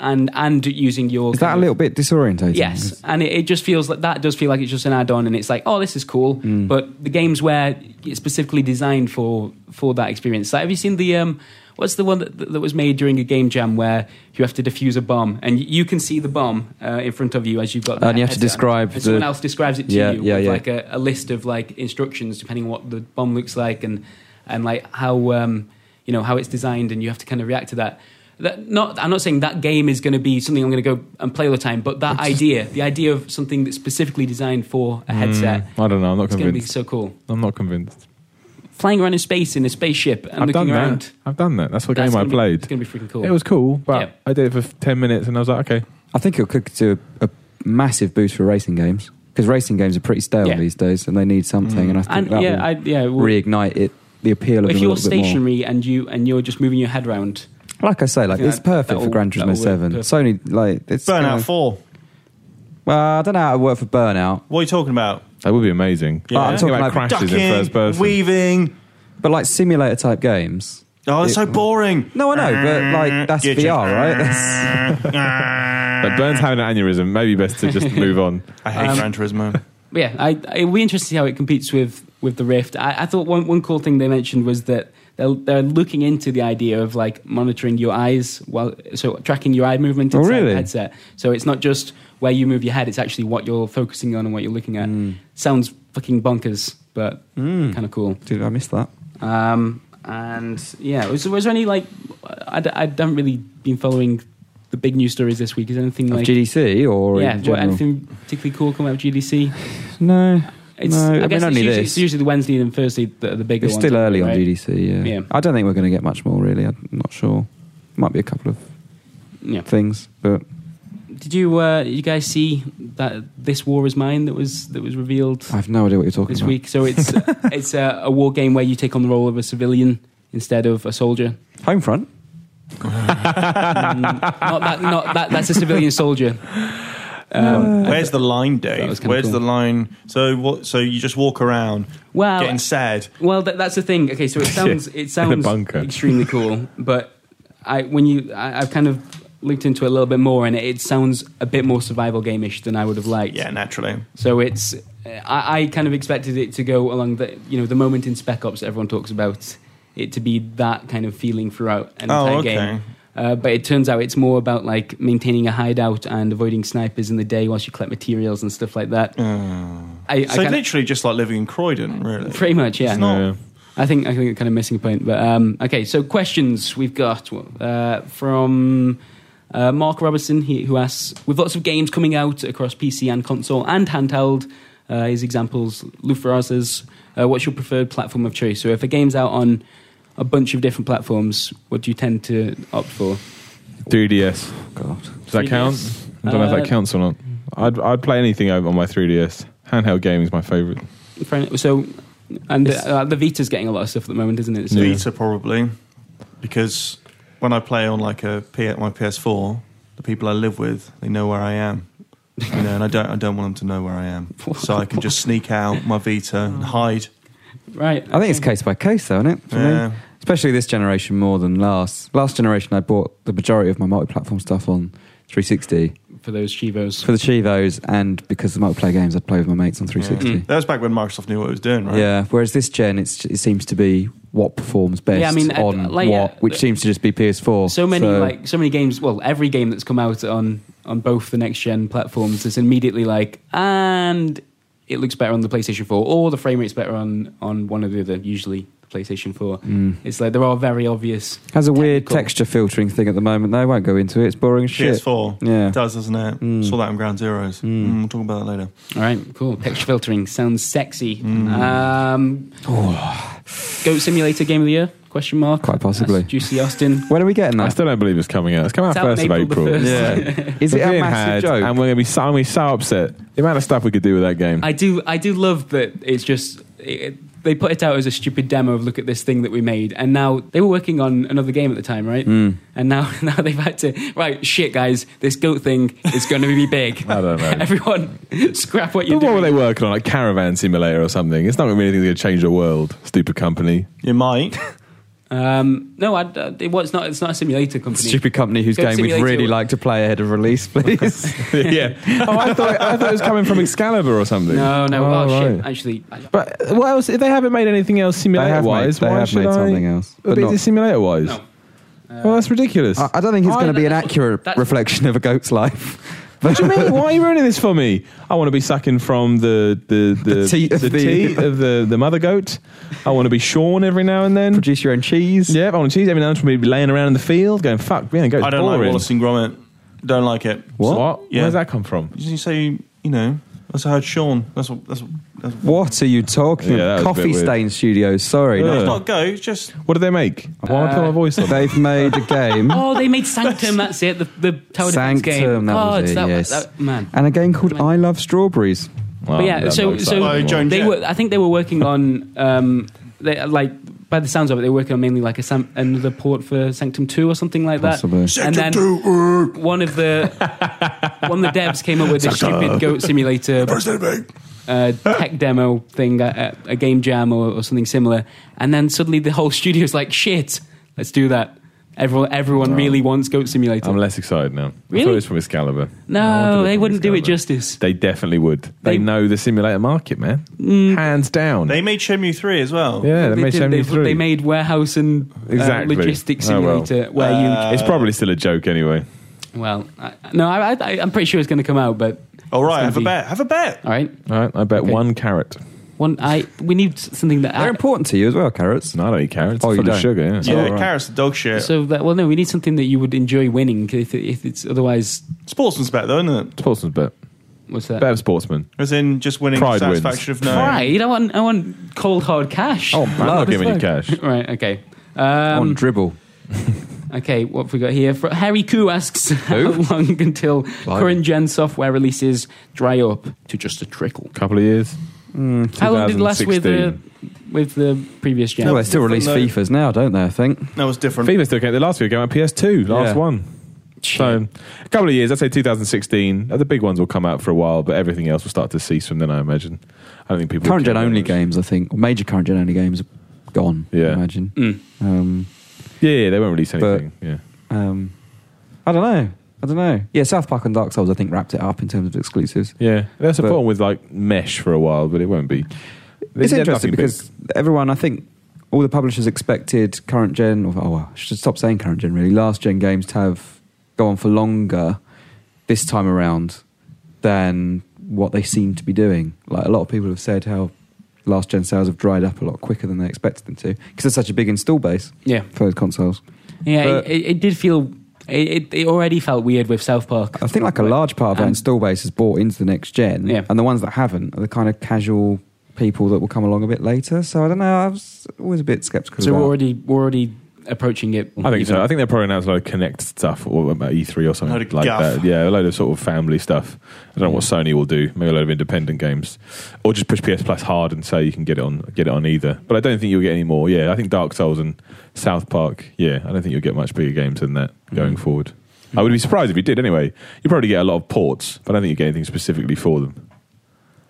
S3: and and using your
S1: Is that a
S3: kind of-
S1: little bit disorientating?
S3: Yes, and it, it just feels like that does feel like it's just an add-on, and it's like, oh, this is cool.
S1: Mm.
S3: But the games where it's specifically designed for for that experience. Like, have you seen the um, what's the one that, that was made during a game jam where you have to defuse a bomb and you can see the bomb uh, in front of you as you've got, the
S1: And you have to
S3: headset on.
S1: describe
S3: and someone
S1: the-
S3: else describes it to
S1: Yeah,
S3: you
S1: yeah,
S3: with
S1: yeah.
S3: like a, a list of like instructions depending on what the bomb looks like and and like how um, you know how it's designed and you have to kind of react to that. That not I'm not saying that game is going to be something I'm going to go and play all the time, but that idea, the idea of something that's specifically designed for a headset,
S2: Mm, I don't know. I'm not
S3: it's going to be
S2: convinced.
S3: so cool.
S2: I'm not convinced.
S3: Flying around in space in a spaceship and
S2: I've
S3: looking
S2: done
S3: around.
S2: that. I've done that. That's what
S3: that's
S2: game I
S3: gonna be-
S2: played.
S3: It's going to be freaking cool.
S2: It was cool, but
S3: Yeah.
S2: I did it for ten minutes, and I was like, okay,
S1: I think it could do a, a massive boost for racing games because racing games are pretty stale
S3: Yeah. Mm.
S1: these days, and they need something. And I think
S3: and
S1: that
S3: yeah,
S1: will
S3: I, yeah. well,
S1: reignite it, the appeal of them
S3: if
S1: a
S3: you're
S1: little bit more.
S3: stationary and you and you're just moving your head around,
S1: Like I say, like
S3: I think
S1: it's
S3: that-
S1: perfect
S3: that'll-
S1: for Gran Turismo
S3: that'll work
S1: Seven.
S3: perfect.
S1: Sony, like it's
S4: Burnout
S1: gonna-
S4: Four.
S1: Well, I don't know how it worked for Burnout,
S4: What are you talking about?
S2: that would be amazing.
S4: Yeah.
S3: Oh,
S2: But I'm talking about
S1: Like
S2: crashes in first person.
S4: weaving.
S1: but like simulator type games.
S4: Oh, it's
S1: It-
S4: so boring.
S1: No, I know, but like that's
S4: Yeah,
S1: VR, right? That's,
S2: But Burns having an aneurysm. Maybe best to just move on.
S4: I hate
S3: Um,
S4: Gran Turismo.
S3: But yeah, I, it would be interesting to see how it competes with, with the Rift. I, I thought one, one cool thing they mentioned was that they're, they're looking into the idea of like monitoring your eyes while so tracking your eye movement
S1: Oh,
S3: inside
S1: really?
S3: the headset. So it's not just where you move your head; it's actually what you're focusing on and what you're looking at.
S1: Hmm.
S3: Sounds fucking bonkers, but kind of cool.
S1: Dude, I missed that.
S3: Um, and yeah, was, was there any like I, d- I haven't really been following the big news stories this week. Is there anything
S1: Of
S3: like
S1: GDC or
S3: yeah,
S1: in
S3: what,
S1: general?
S3: anything particularly cool coming out of GDC?
S1: No,
S3: It's,
S1: no.
S3: I,
S1: I,
S3: guess
S1: mean,
S3: it's
S1: only
S3: usually,
S1: this.
S3: it's usually the Wednesday and Thursday that are the bigger
S1: It's
S3: ones.
S1: still
S3: aren't
S1: early
S3: they,
S1: on
S3: right?
S1: GDC. Yeah.
S3: Yeah.
S1: I don't think we're going to get much more. Really, I'm not sure. Might be a couple of
S3: Yeah.
S1: things, but
S3: Did you uh, you guys see that this war is mine that was that was revealed
S1: I have no idea what you're talking
S3: this
S1: about.
S3: week? So it's it's a, a war game where you take on the role of a civilian instead of a soldier. Mm,
S1: Home front.
S3: Not that not that that's a civilian soldier. Um,
S4: Where's the line,
S3: was
S4: Dave?
S3: kinda
S4: Where's
S3: cool.
S4: the line? So what? So you just walk around,
S3: well,
S4: getting sad.
S3: Well, that, that's the thing. Okay, so it sounds it sounds
S2: bunker.
S3: extremely cool, but I when you I, I've kind of looked into it a little bit more, and it, it sounds a bit more survival game-ish than I would have liked.
S4: Yeah, naturally.
S3: So it's I, I kind of expected it to go along the you know the moment in Spec Ops everyone talks about it to be that kind of feeling throughout an entire
S4: Oh, okay.
S3: game. Uh, but it turns out it's more about like maintaining a hideout and avoiding snipers in the day whilst you collect materials and stuff like that. I, I
S4: so
S3: kinda-
S4: literally, just like living in Croydon, really.
S3: pretty much, yeah.
S4: It's not-
S2: Yeah.
S3: I think I think I'm kind of missing a point. But um, okay, so questions we've got uh, from uh, Mark Robertson, he, who asks: With lots of games coming out across PC and console and handheld, uh, his examples, Lufarazas, uh, what's your preferred platform of choice? So if a game's out on a bunch of different platforms, what do you tend to opt for?
S2: 3DS.
S1: Oh, God.
S2: Does that
S3: 3DS?
S2: count? I don't know if
S3: Uh,
S2: that counts or not. I'd I'd play anything over on my 3DS. Handheld gaming is my favorite.
S3: For- So, and uh, the Vita's getting a lot of stuff at the moment, isn't it? So,
S4: Vita probably, because when I play on like a P- my PS4, the people I live with they know where I am, you know, and I don't I don't want them to know where I am, so I can just sneak out my Vita and hide.
S3: Right.
S1: I think it's case by case, though, isn't it? For
S4: Yeah.
S1: me, especially this generation more than last. Last generation, I bought the majority of my multi-platform stuff on 360
S3: for those Chivos.
S1: for the Chivos, and because the multiplayer games I'd play with my mates on 360.
S3: Mm.
S4: That was back when Microsoft knew what it was doing,
S1: Yeah.
S4: right?
S1: Whereas this gen, it's, it seems to be what performs best
S3: Yeah, I mean, uh,
S1: on what,
S3: like, yeah,
S1: which
S3: the-
S1: seems to just be PS4.
S3: so many like so many games well every game that's come out on on both the next gen platforms is immediately like and it looks better on the PlayStation 4 or the frame rate's better on on one or the other usually the PlayStation 4 it's like there are very obvious
S1: mm. has a weird
S3: technical-
S1: texture filtering thing at the moment. Though I won't go into it. It's boring as shit.
S4: PS4
S1: Yeah.
S4: it does, doesn't it?
S1: Mm.
S4: Saw that on Ground Zeroes.
S1: Mm.
S4: Mm, we'll talk about that later.
S3: all right cool texture filtering sounds sexy um Goat Simulator game of the year Question mark.
S1: Quite possibly.
S3: That's Juicy Austin.
S1: When are we getting
S2: I
S1: that?
S2: still don't believe it's coming out. It's coming out
S3: It's out
S2: first of
S3: April
S2: April.
S3: the first.
S4: Yeah.
S1: Is it
S2: We're
S1: a
S2: being
S1: massive
S2: had,
S1: joke?
S2: And we're going to be so, I'm gonna be so upset. The amount of stuff we could do with that game.
S3: I do. I do love that. It's just it, they put it out as a stupid demo of look at this thing that we made, and now they were working on another game at the time, right?
S1: Mm.
S3: And now now they've had to right shit, guys. This goat thing is going to be big.
S2: I don't know.
S3: Everyone, scrap what you're
S2: But what were
S3: doing.
S2: they working on? Like Caravan Simulator or something? It's not going to be anything that's going to change the world. Stupid company.
S4: You might.
S3: Um, no, I, uh, it was not. It's not a simulator company.
S1: Stupid company whose
S3: Goat
S1: game we'd
S3: Simulator.
S1: really like to play ahead of release, please.
S2: yeah. Oh, I thought, I thought it was coming from Excalibur or something.
S3: No, no.
S1: Oh,
S3: Oh, shit.
S1: right.
S3: Actually, I,
S2: But uh, what else? If they haven't made anything else
S1: They
S2: simulator
S1: have made-
S2: wise,
S1: they
S2: why
S1: have
S2: should
S1: made
S2: I-
S1: something else,
S2: But,
S1: but
S2: is
S1: not-
S2: it simulator wise?
S3: no.
S2: Well, that's ridiculous.
S1: I, I don't think it's
S2: I-
S1: going to be an
S3: that's-
S1: accurate
S3: that's-
S1: reflection of a goat's life.
S2: what do you mean? Why are you ruining this for me? I want to be sucking from the the the,
S1: The teat of the-
S2: teat of the the mother goat. I want to be shorn every now and then.
S1: Produce your own cheese.
S2: Yeah, I want cheese every now and then. Be laying around in the field, going fuck. Man, goat's
S4: I don't like
S2: boring.
S4: Wallace and Gromit. Don't like it.
S2: What?
S4: Yeah.
S2: Where's that come from?
S4: You just say, you know, that's how I heard Sean. That's what. That's what. That's what.
S1: What are you talking?
S2: Yeah,
S1: about?
S2: that was a bit
S1: Coffee
S2: weird.
S1: Stain Studios. Sorry,
S2: Yeah.
S1: no.
S4: It's not go. It's just
S2: What did they make? Why am I put
S3: Uh,
S2: my voice on?
S1: they've made a game.
S3: Oh, they made Sanctum. That's it. The, the tower defense game.
S1: Sanctum, that
S3: oh,
S1: was
S3: it's
S1: it,
S3: that,
S1: yes.
S3: that man.
S1: and a game called I Love Strawberries.
S2: Well,
S3: But yeah,
S2: that
S3: so-
S2: looks
S3: so-
S2: like-
S4: Oh, Joan
S3: They
S4: Jett.
S3: were. I think they were working on um, they, like by the sounds of it, they were working on mainly like a sam- another port for Sanctum Two or something like that.
S1: Possibly.
S3: And then one of the one of the devs came up with a stupid goat simulator uh, tech demo thing at, at a game jam or, or something similar, and then suddenly the whole studio's like, "Shit, let's do that." Everyone, everyone really wants Goat Simulator.
S2: I'm less excited now. I thought
S3: Really?
S2: it was from Excalibur. I
S3: no,
S2: wanted it
S3: they
S2: from
S3: wouldn't do it
S2: Excalibur.
S3: justice.
S2: They definitely would. They,
S3: They-
S2: know the simulator market, man. Hands down.
S4: they made Shenmue three as well.
S2: yeah, they, made
S3: did.
S2: seventy three.
S3: they made warehouse and uh,
S2: Exactly.
S3: logistics
S2: Oh, well.
S3: simulator where you
S4: Uh,
S2: it's probably still a joke anyway.
S3: Well, I, no, I, I, I'm pretty sure it's going to come out, but
S4: All Oh, right.
S3: It's
S4: Have a
S3: gonna
S4: bet. Have a bet.
S3: all right.
S2: All right, I bet
S3: Okay.
S2: one carrot.
S3: One, I we need something that
S1: They're important to you as well, carrots.
S2: No, I don't eat carrots.
S1: Oh,
S2: it's
S1: you
S2: full
S1: don't?
S2: of sugar. Yeah.
S4: Yeah.
S2: Oh, right.
S4: Carrots the dog shit.
S3: so that well, no, we need something that you would enjoy winning 'cause if, if it's otherwise,
S4: Sportsman's bet though, isn't it?
S2: Sportsman's bet.
S3: what's that?
S2: Bet of sportsman.
S4: As in just winning
S2: Pride wins.
S4: satisfaction of knowing.
S3: Pride. I want, I want cold hard cash.
S1: Oh,
S2: I'm
S1: blood
S2: not giving you
S1: as well.
S2: cash.
S3: right. Okay.
S1: on
S3: Um,
S1: dribble.
S3: okay, what have we got here? Fr- Harry Koo asks how long until current gen software releases dry up to just a trickle?
S2: Couple of years.
S3: Mm. How long did it last with uh,
S2: 2016.
S3: the with the previous gen?
S1: No, they still release
S4: different
S1: FIFAs now, don't they? I think.
S4: No, it's different.
S2: FIFA still came. The last year came out PS2. Last
S1: Yeah.
S2: one. So a couple of years. I'd say 2016. Uh, The big ones will come out for a while, but everything else will start to cease from then. I imagine. I don't think people
S1: Current
S2: care
S1: gen only
S2: very much.
S1: games, I think, or major current gen only games, are gone.
S2: Yeah.
S1: I imagine.
S3: Mm.
S1: Um,
S2: Yeah, yeah, they won't release
S1: But-
S2: anything. yeah.
S1: um, I don't know. I don't know. Yeah, South Park and Dark Souls, I think, wrapped it up in terms of exclusives.
S2: Yeah, that's a
S1: But-
S2: problem with like mesh for a while, but it won't be.
S1: It's
S2: They're
S1: interesting
S2: nothing
S1: because everyone, I think, all the publishers expected current gen, or oh, well, I should stop saying current gen really, last gen games to have go on for longer this time around than what they seem to be doing. Like a lot of people have said how last gen sales have dried up a lot quicker than they expected them to because there's such a big install base
S3: Yeah.
S1: for those consoles.
S3: Yeah,
S1: But-
S3: it, it, it did feel. It, it, it already felt weird with South Park.
S1: I think like a large part of that
S3: Um,
S1: install base is bought into the next gen,
S3: Yeah.
S1: and the ones that haven't are the kind of casual people that will come along a bit later. So I don't know. I was always a bit skeptical.
S3: So
S1: about
S3: we're already we're already approaching it.
S2: big. I think so.
S3: even.
S2: I think they probably announced a lot of Connect stuff or about E3 or something
S4: Load of
S2: like
S4: guff.
S2: that. Yeah, a load of sort of family stuff. I don't know what Sony will do. Maybe a load of independent games, or just push PS Plus hard and say you can get it on get it on either. But I don't think you'll get any more. Yeah, I think Dark Souls and South Park. Yeah, I don't think you'll get much bigger games than that
S1: Mm.
S2: going forward. I would be surprised if you did. Anyway, you probably get a lot of ports, but I don't think you get anything specifically for them.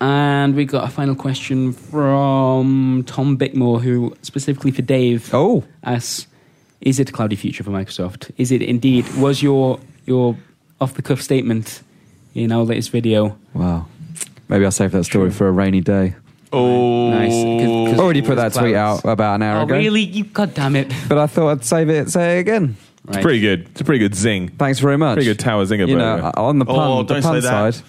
S3: And we got a final question from Tom Bickmore, who specifically for Dave
S1: Oh,
S3: asks: Is it a cloudy future for Microsoft? Is it indeed? Was your your off the cuff statement in our latest video
S1: wow. Maybe I'll save that story for a rainy day.
S4: Oh,
S3: nice? 'Cause- 'cause
S1: Already
S3: it
S1: put that
S3: was
S1: tweet
S3: clouds.
S1: out about an hour
S3: Oh
S1: ago.
S3: really? You goddamn it!
S1: But I thought I'd save it, say it again.
S2: It's
S3: Right.
S2: pretty good. It's a pretty good zing.
S1: Thanks very much.
S2: Pretty good tower zinger.
S1: You
S2: by
S1: know,
S2: the way.
S1: uh, on the pun,
S4: Oh,
S1: the
S4: don't
S1: pun
S4: say that.
S1: side,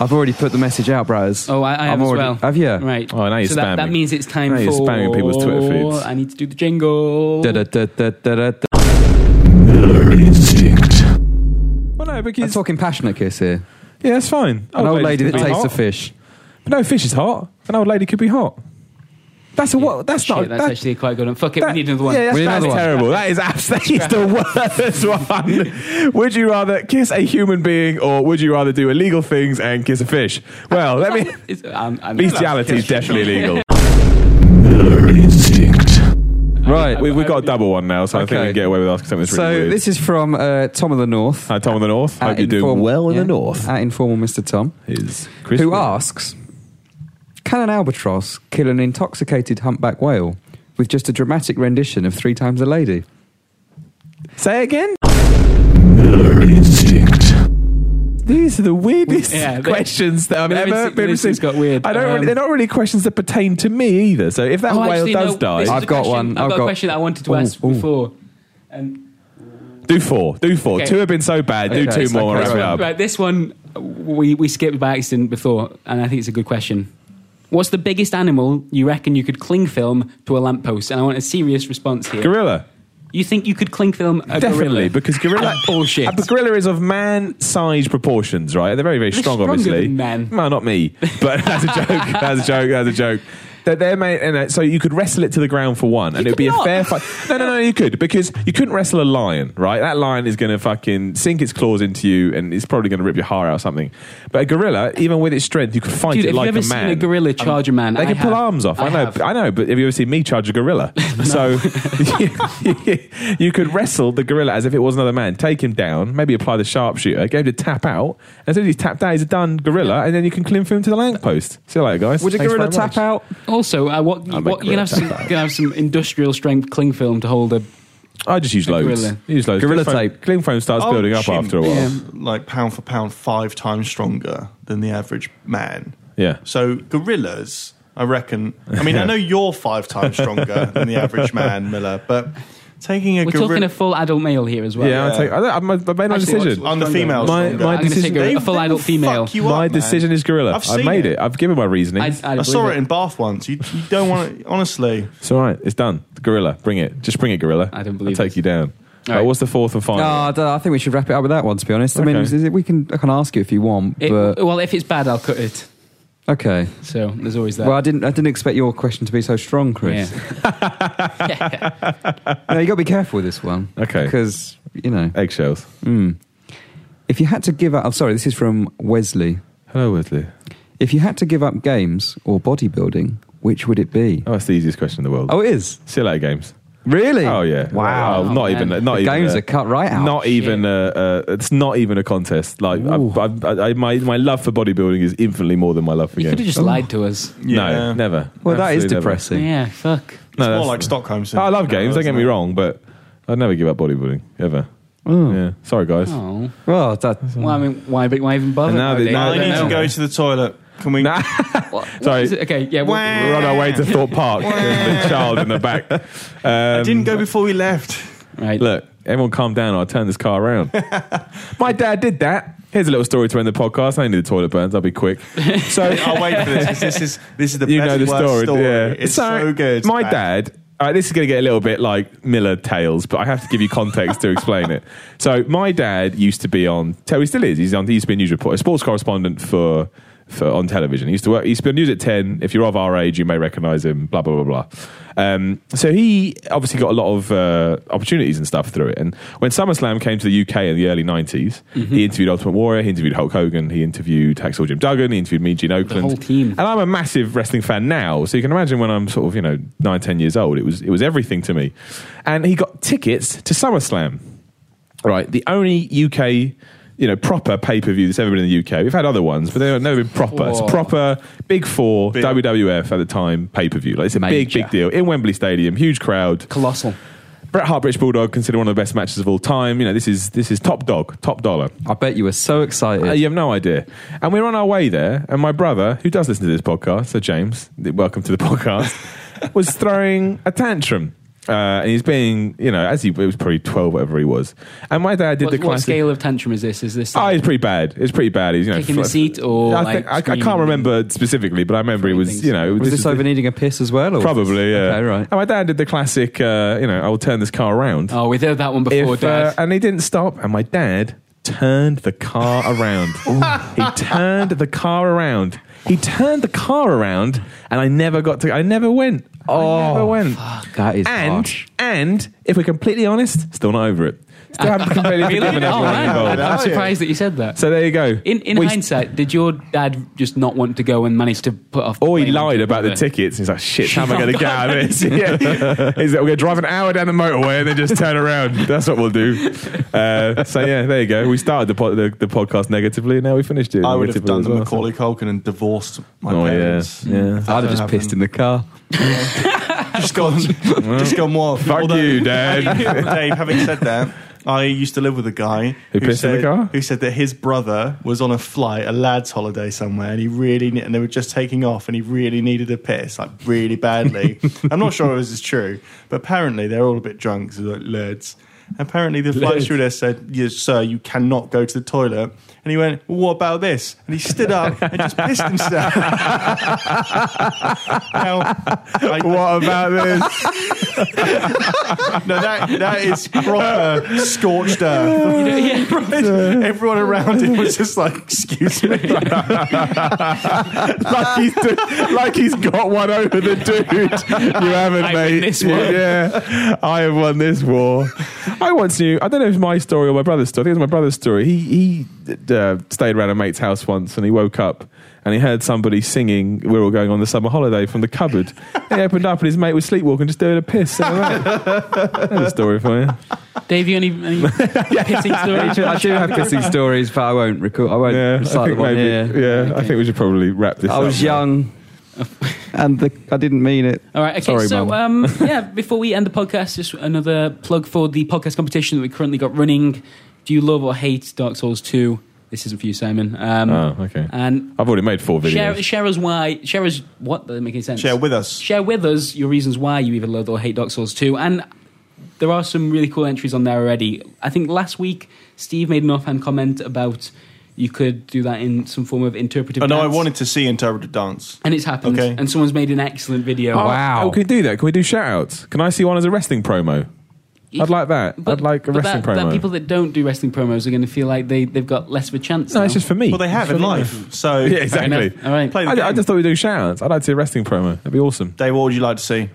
S1: I've already put the message out, brothers.
S3: Oh, I, I have
S1: I'm already,
S3: as well.
S1: Have you?
S3: Right.
S2: Oh, now you're
S3: so that, that
S2: spamming.
S3: means it's time
S2: Now
S3: for
S2: you're spamming people's Twitter feeds.
S3: I need to do the jingle.
S1: Da-da-da-da-da-da.
S2: Well, no,
S1: I'm
S2: because
S1: talking passionate kiss here.
S2: yeah, that's fine.
S3: Oh,
S1: An old lady
S2: could
S1: that
S2: be
S1: tastes
S2: hot.
S1: a fish.
S2: But no, fish is hot. An old lady could be hot. That's a what? That's
S3: Shit,
S2: not.
S3: that's
S2: that-
S3: actually quite good. one. Fuck it,
S2: that-
S3: we need another one.
S1: yeah,
S2: We need
S1: That's
S2: another
S1: bad.
S2: terrible. That is absolutely the worst one. would you rather kiss a human being or would you rather do illegal things and kiss a fish? Well, let me.
S3: It's- I'm- I'm-
S2: Bestiality is definitely illegal.
S1: Right.
S2: We, we've got a double one now, so I think we
S1: Okay.
S2: can get away with asking something that's really
S1: so
S2: weird.
S1: this is from uh, Tom of the North.
S2: Hi, Tom of the North.
S1: at
S2: Hope you're doing
S1: Inform-
S2: well in
S1: yeah,
S2: the North.
S1: At informal Mr. Tom,
S2: Is
S1: who asks, "Can an albatross kill an intoxicated humpback whale with just a dramatic rendition of Three Times a Lady?"
S2: Say again. These are the weirdest
S3: Yeah, they-
S2: questions that I've
S3: the
S2: ever
S3: list-
S2: been
S3: list has
S2: received.
S3: got weird.
S2: I don't.
S3: Um,
S2: really, they're not really questions that pertain to me either. So if that
S3: Oh,
S2: whale
S3: actually,
S2: does
S3: no,
S2: die,
S3: this is
S1: I've
S3: a
S1: got
S3: question-
S1: one.
S3: I've
S1: I've
S3: got a
S1: got-
S3: question that I wanted to
S1: Ooh,
S3: ask
S1: ooh.
S3: before. Um, And
S2: do four. Do four.
S3: Okay.
S2: Two have been so bad. do
S1: Okay,
S2: two
S1: so-
S2: more. and
S1: okay,
S2: wrap it up.
S3: right, this one we we skipped by accident before, and I think it's a good question. What's the biggest animal you reckon you could cling film to a lamppost? And I want a serious response here.
S2: Gorilla.
S3: You think you could cling film a
S2: Definitely,
S3: gorilla?
S2: because gorilla
S3: Ah, bullshit.
S2: A gorilla is of man-sized proportions, right? They're very, very strong,
S3: stronger
S2: obviously.
S3: than men.
S2: No, not me. But that's a joke. that's a joke. That's a joke. They're, they're made, and uh, so you could wrestle it to the ground for one, and it would be
S3: not.
S2: a fair fight. No, no, no, you could because you couldn't wrestle a lion, right? That lion is going to fucking sink its claws into you, and it's probably going to rip your heart out or something. But a gorilla, even with its strength, you could fight
S3: Dude,
S2: it
S3: have
S2: like
S3: you ever
S2: a
S3: seen
S2: man.
S3: a gorilla charge a man?
S2: They
S3: I
S2: can pull
S3: have.
S2: arms off. I,
S3: I
S2: know,
S3: have.
S2: I know. But have you ever seen me charge a gorilla? So you, you could wrestle the gorilla as if it was another man. Take him down. Maybe apply the sharpshooter. Go to tap out. As soon as he's tapped out, he's a done gorilla, and then you can cling for him to the lamppost. See you later, guys.
S1: Would a
S2: Thanks
S1: gorilla
S2: very much.
S1: tap out?
S3: Also, uh, what,
S2: I'll
S3: what
S2: make
S3: you can have some,
S2: gorilla
S3: you can have some industrial strength cling film to hold a.
S2: I just use loads.
S3: gorilla.
S2: Use loads.
S1: Gorilla
S2: Cling foam-
S1: tape.
S2: Cling foam starts
S4: Oh,
S2: building up
S4: shit.
S2: after a while.
S3: Yeah.
S2: Yeah.
S4: like pound for pound, five times stronger than the average man. So gorillas, I reckon. I mean, I know you're five times stronger than the average man, Miller, but taking a
S3: We're
S4: gorilla
S3: talking a full adult male here as well.
S2: Yeah, I, take, I, don't- I made my
S3: Actually,
S2: decision.
S3: what's-
S4: on the
S3: stronger.
S4: female.
S2: My-
S4: stronger.
S2: my
S3: I'm going to
S2: decision-
S3: take a, a full
S4: They-
S3: adult
S4: they
S3: female.
S4: fuck you
S2: My
S4: up, man.
S2: decision is gorilla.
S4: I've
S2: I've,
S4: seen
S2: made
S4: it.
S2: it. I've given my reasoning.
S3: I, I
S4: I saw it
S3: believe
S4: in Bath once. You, you don't want to, honestly.
S2: It's all right. It's done. Gorilla, bring it. Just bring it, Gorilla.
S3: I don't believe
S2: I'll take
S3: this.
S2: you down.
S3: All
S2: Uh,
S3: right.
S2: what's the fourth and final?
S1: No, I, don't- I think we should wrap it up with that one. To be honest, I mean,
S2: Okay.
S1: is it, we can I can ask you if you want,
S3: It,
S1: but
S3: well, if it's bad, I'll cut it.
S1: okay.
S3: So there's always that.
S1: Well, I didn't I didn't expect your question to be so strong, Chris.
S3: yeah.
S1: No, you got to be careful with this one.
S2: Okay.
S1: because you know,
S2: Eggshells.
S1: mm. if you had to give up, I'm sorry, this is from Wesley.
S2: Hello, Wesley.
S1: If you had to give up games or bodybuilding, which would it be?
S2: Oh, that's the easiest question in the world.
S1: Oh, it is
S2: See you later, games.
S1: really.
S2: Oh yeah.
S1: Wow.
S2: Oh, not
S3: Oh,
S2: even.
S3: man.
S2: Not
S1: The
S2: even.
S1: games
S2: a-
S1: are cut right out.
S2: Not even. A, a, it's not even a contest. Like
S1: Ooh.
S2: I, I, I, my my love for bodybuilding is infinitely more than my love for
S3: You could have
S2: games.
S3: just lied to us.
S2: No,
S4: Yeah.
S2: never.
S1: Well, that is
S2: Absolutely never.
S1: depressing.
S3: Yeah, fuck.
S4: It's
S2: No,
S4: more
S2: that's-
S4: like Stockholm
S2: I
S4: syndrome.
S2: love games.
S4: now,
S2: Don't get
S4: isn't
S2: me
S4: it?
S2: wrong, but I'd never give up bodybuilding ever.
S1: Oh.
S2: Yeah. Sorry, guys.
S3: Oh.
S1: Well, that,
S3: Well, I mean, why, but why even bother?
S2: And now they-
S3: nowadays?
S2: now
S4: I
S2: they-
S4: need
S2: No.
S4: to go to the toilet. Can we?
S2: Nah.
S3: What- what
S2: Sorry.
S3: is it? Okay, yeah. Well,
S4: Wah.
S2: We're on our way to Thorpe Park. There's the child in the back. Um,
S4: I didn't go before we left.
S3: right.
S2: Look, everyone calm down. I'll turn this car around. My dad did that. Here's a little story to end the podcast. I need the toilet burns. I'll be quick. So
S4: I'll wait for this. 'cause This is this is the
S2: you
S4: best
S2: know the
S4: worst
S2: story. Yeah.
S4: It's so, good.
S2: My
S4: man.
S2: dad. All right, this is going to get a little bit like Miller tales, but I have to give you context to explain it. So my dad used to be on. So he still is. He's on. He used to be a news reporter, a sports correspondent for. For, on television, he used to work. He used to be on news at ten. If you're of our age, you may recognise him. Blah blah blah blah. Um, so he obviously got a lot of uh, opportunities and stuff through it. And when SummerSlam came to the UK in the early '90s,
S4: Mm-hmm.
S2: he interviewed Ultimate Warrior, he interviewed Hulk Hogan, he interviewed Hacksaw Jim Duggan, he interviewed Mean Gene Oakland,
S3: whole team.
S2: and I'm a massive wrestling fan now, so you can imagine when I'm sort of you know nine, ten years old, it was it was everything to me. And he got tickets to SummerSlam, right? The only UK, you know, proper pay per view that's ever been in the UK. We've had other ones, but they've never been proper. It's
S3: Whoa.
S2: proper Big Four
S4: Big.
S2: WWF at the time pay per view. Like it's a big,
S3: Major.
S2: big deal in Wembley Stadium, huge crowd.
S3: Colossal.
S2: Bret Hart, British Bulldog, considered one of the best matches of all time. You know, this is this is top dog, top dollar.
S1: I bet you were so excited.
S2: Uh, you have no idea. And we're on our way there, and my brother, who does listen to this podcast, so James, th- welcome to the podcast, was throwing a tantrum. Uh, and he's being, you know, as he it was probably 12, whatever he was. And my dad did
S3: What,
S2: the
S3: what
S2: classic.
S3: scale of tantrum is this? Is this
S2: Oh, it's pretty bad. It's pretty bad. He's, you know,
S3: Kicking the
S2: fl-
S3: seat or,
S2: I, think-
S3: like,
S2: I- I,
S3: screaming?
S2: can't remember specifically, but I remember he was,
S3: Things.
S2: you know,
S1: was this,
S2: the-
S1: over needing a piss as well? Or
S2: Probably, yeah.
S1: Okay, right.
S2: And my dad did the classic, uh, you know, I will turn this car around.
S3: oh, we did that one before,
S2: If, uh,
S3: Dad.
S2: and he didn't stop, and my dad turned the car around. he turned the car around. He turned the car around, and I never got to. I never went. I never went.
S1: That is
S2: and
S1: harsh.
S2: and if we're completely honest, still not over it. Still haven't completely
S3: Really?
S2: forgiven
S3: Oh,
S2: everyone
S3: man.
S2: involved.
S3: I'm surprised that you said that.
S2: So there you go.
S3: In, in
S2: We-
S3: hindsight, did your dad just not want to go and manage to put off? the
S2: Or Oh, he
S3: plane
S2: lied
S3: until
S2: about the
S3: later?
S2: tickets. He's like, shit, how am I going to get out of this? yeah. He's like, we're going to drive an hour down the motorway and then just turn around. That's what we'll do. Uh, so, yeah, there you go. We started the, po- the, the podcast negatively and now we finished it.
S4: I would have
S2: negatively
S4: done
S2: as
S4: the
S2: well.
S4: Macaulay Culkin and divorced my
S2: Oh,
S4: parents.
S2: yeah. Yeah.
S4: If that
S1: I'd have just
S4: happened.
S1: pissed in the car.
S4: Just gone, just gone more.
S2: Fuck you, Dad.
S4: Dave, having said that, I used to live with a guy
S2: Who pissed in
S4: said,
S2: the car?
S4: who said that his brother was on a flight, a lad's holiday somewhere, and he really ne- and they were just taking off, and he really needed a piss, like really badly. I'm not sure if this is true, but apparently they're all a bit drunk, so like lads. Apparently the flight
S2: Lads.
S4: stewardess said, "Yes, sir, you cannot go to the toilet." And he went, well, "What about this?" And he stood up and just pissed himself. now, I,
S2: what about this?
S4: no, that that is proper scorched earth.
S3: You know, yeah.
S4: Everyone around him was just like, "Excuse me."
S2: like, he's do- like he's got one over the dude. You haven't,
S3: I
S2: mate.
S3: win this one.
S2: Yeah, I have won this war. I once knew. I don't know if it's my story or my brother's story. I think it was my brother's story. He he uh, stayed around a mate's house once, and he woke up and he heard somebody singing. We're all going on the summer holiday from the cupboard. he opened up, and his mate was sleepwalking, just doing a piss. in the rain. There's a story for you.
S3: Dave, you any, any pissing
S1: I
S3: stories?
S1: do, I do have kissing stories, but I won't record. I won't
S2: Yeah, I
S1: recite
S2: think
S1: the one
S2: maybe.
S1: here.
S2: Yeah, I think we should probably wrap this.
S1: I
S2: up
S1: was
S2: now.
S1: young, and the, I didn't mean it.
S3: All right. Okay.
S1: Sorry,
S3: so,
S1: Mum.
S3: um, yeah, before we end the podcast, just another plug for the podcast competition that we currently got running. Do you love or hate Dark Souls Two? This isn't for you, Simon. Um,
S2: Oh, okay.
S3: And
S2: I've already made four videos.
S3: share, share us why. Share us what. That doesn't make any sense.
S4: Share with us.
S3: share with us your reasons why you either love or hate Dark Souls 2. And there are some really cool entries on there already. I think last week Steve made an offhand comment about you could do that in some form of interpretive.
S4: Oh no, I
S3: dance.
S4: wanted to see interpretive dance.
S3: And it's happened.
S4: Okay.
S3: And someone's made an excellent video.
S2: Oh, Oh, can we do that? Can we do shout outs? Can I see one as a wrestling promo?
S3: If-
S2: I'd like that.
S3: But-
S2: I'd like a
S3: but
S2: wrestling
S3: that,
S2: promo.
S3: That people that don't do wrestling promos are going to feel like they, they've got less of a chance.
S2: no,
S3: now.
S2: it's just for me.
S4: Well, they have
S2: It's
S4: in
S2: for me.
S4: life. So,
S2: Yeah,
S3: Fair enough.
S2: exactly.
S3: All right.
S4: Play the
S2: I, I
S4: game.
S2: just thought we'd do shout outs. I'd like to see a wrestling promo. That'd be awesome.
S4: Dave, what would you like to see?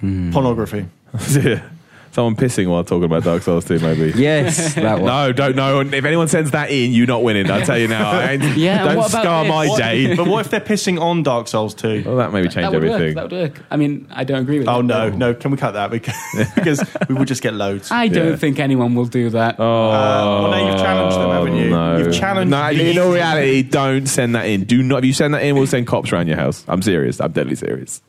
S2: Hmm.
S4: Pornography.
S2: Yeah. Someone pissing while talking about Dark Souls 2, maybe.
S1: Yes, that one.
S2: No, don't know. And If anyone sends that in, you're not winning. I'll tell you now. I ain't-
S3: Yeah, and
S2: don't
S3: what about
S2: scar
S3: this?
S2: my
S3: What-
S2: day.
S4: but what if they're pissing on Dark Souls 2?
S2: Well, that maybe change
S3: that would
S2: everything.
S3: work. That would work. I mean, I don't agree with
S4: Oh
S3: that.
S4: no, no! Can we cut that because, because we would just get loads.
S3: I don't
S2: Yeah.
S3: think anyone will do that.
S2: Oh,
S4: well, now you've challenged them, haven't you?
S2: No.
S4: You've challenged
S2: No,
S4: the-
S2: in all reality, don't send that in. Do not. If you send that in, we'll send cops around your house. I'm serious. I'm deadly serious.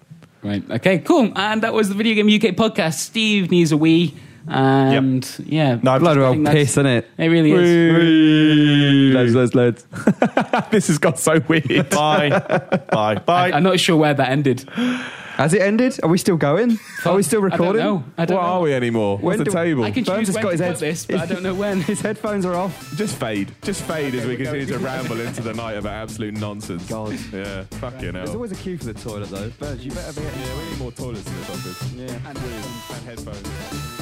S3: Right. Okay. Cool. And that was the Video Game UK podcast. Steve needs a wee. And yeah,
S4: No,
S1: Bloody
S3: I
S1: well
S3: think
S1: piss,
S3: that's-
S1: isn't it?
S3: It really is.
S1: Loads, loads, loads.
S2: this has got so weird.
S4: Bye, bye, bye.
S3: I'm not sure where that ended.
S1: Has it ended? Are we still going? Are we still recording?
S3: I don't know. I
S2: What
S3: don't
S2: are
S3: know.
S2: we anymore?
S1: When
S2: What's the
S1: do-
S2: table?
S3: I can
S1: Burns
S3: choose
S1: has
S3: when
S1: got
S3: to
S1: his
S3: put
S1: head-
S3: this, but I don't know when.
S1: His headphones are off.
S2: Just fade. Just fade as we continue to ramble into the night about absolute nonsense.
S1: God.
S2: Yeah. Fucking
S1: There's
S2: hell.
S1: always a queue for the toilet though. Burns, you better be.
S2: Yeah, we need more toilets in this office.
S1: Yeah.
S2: And headphones.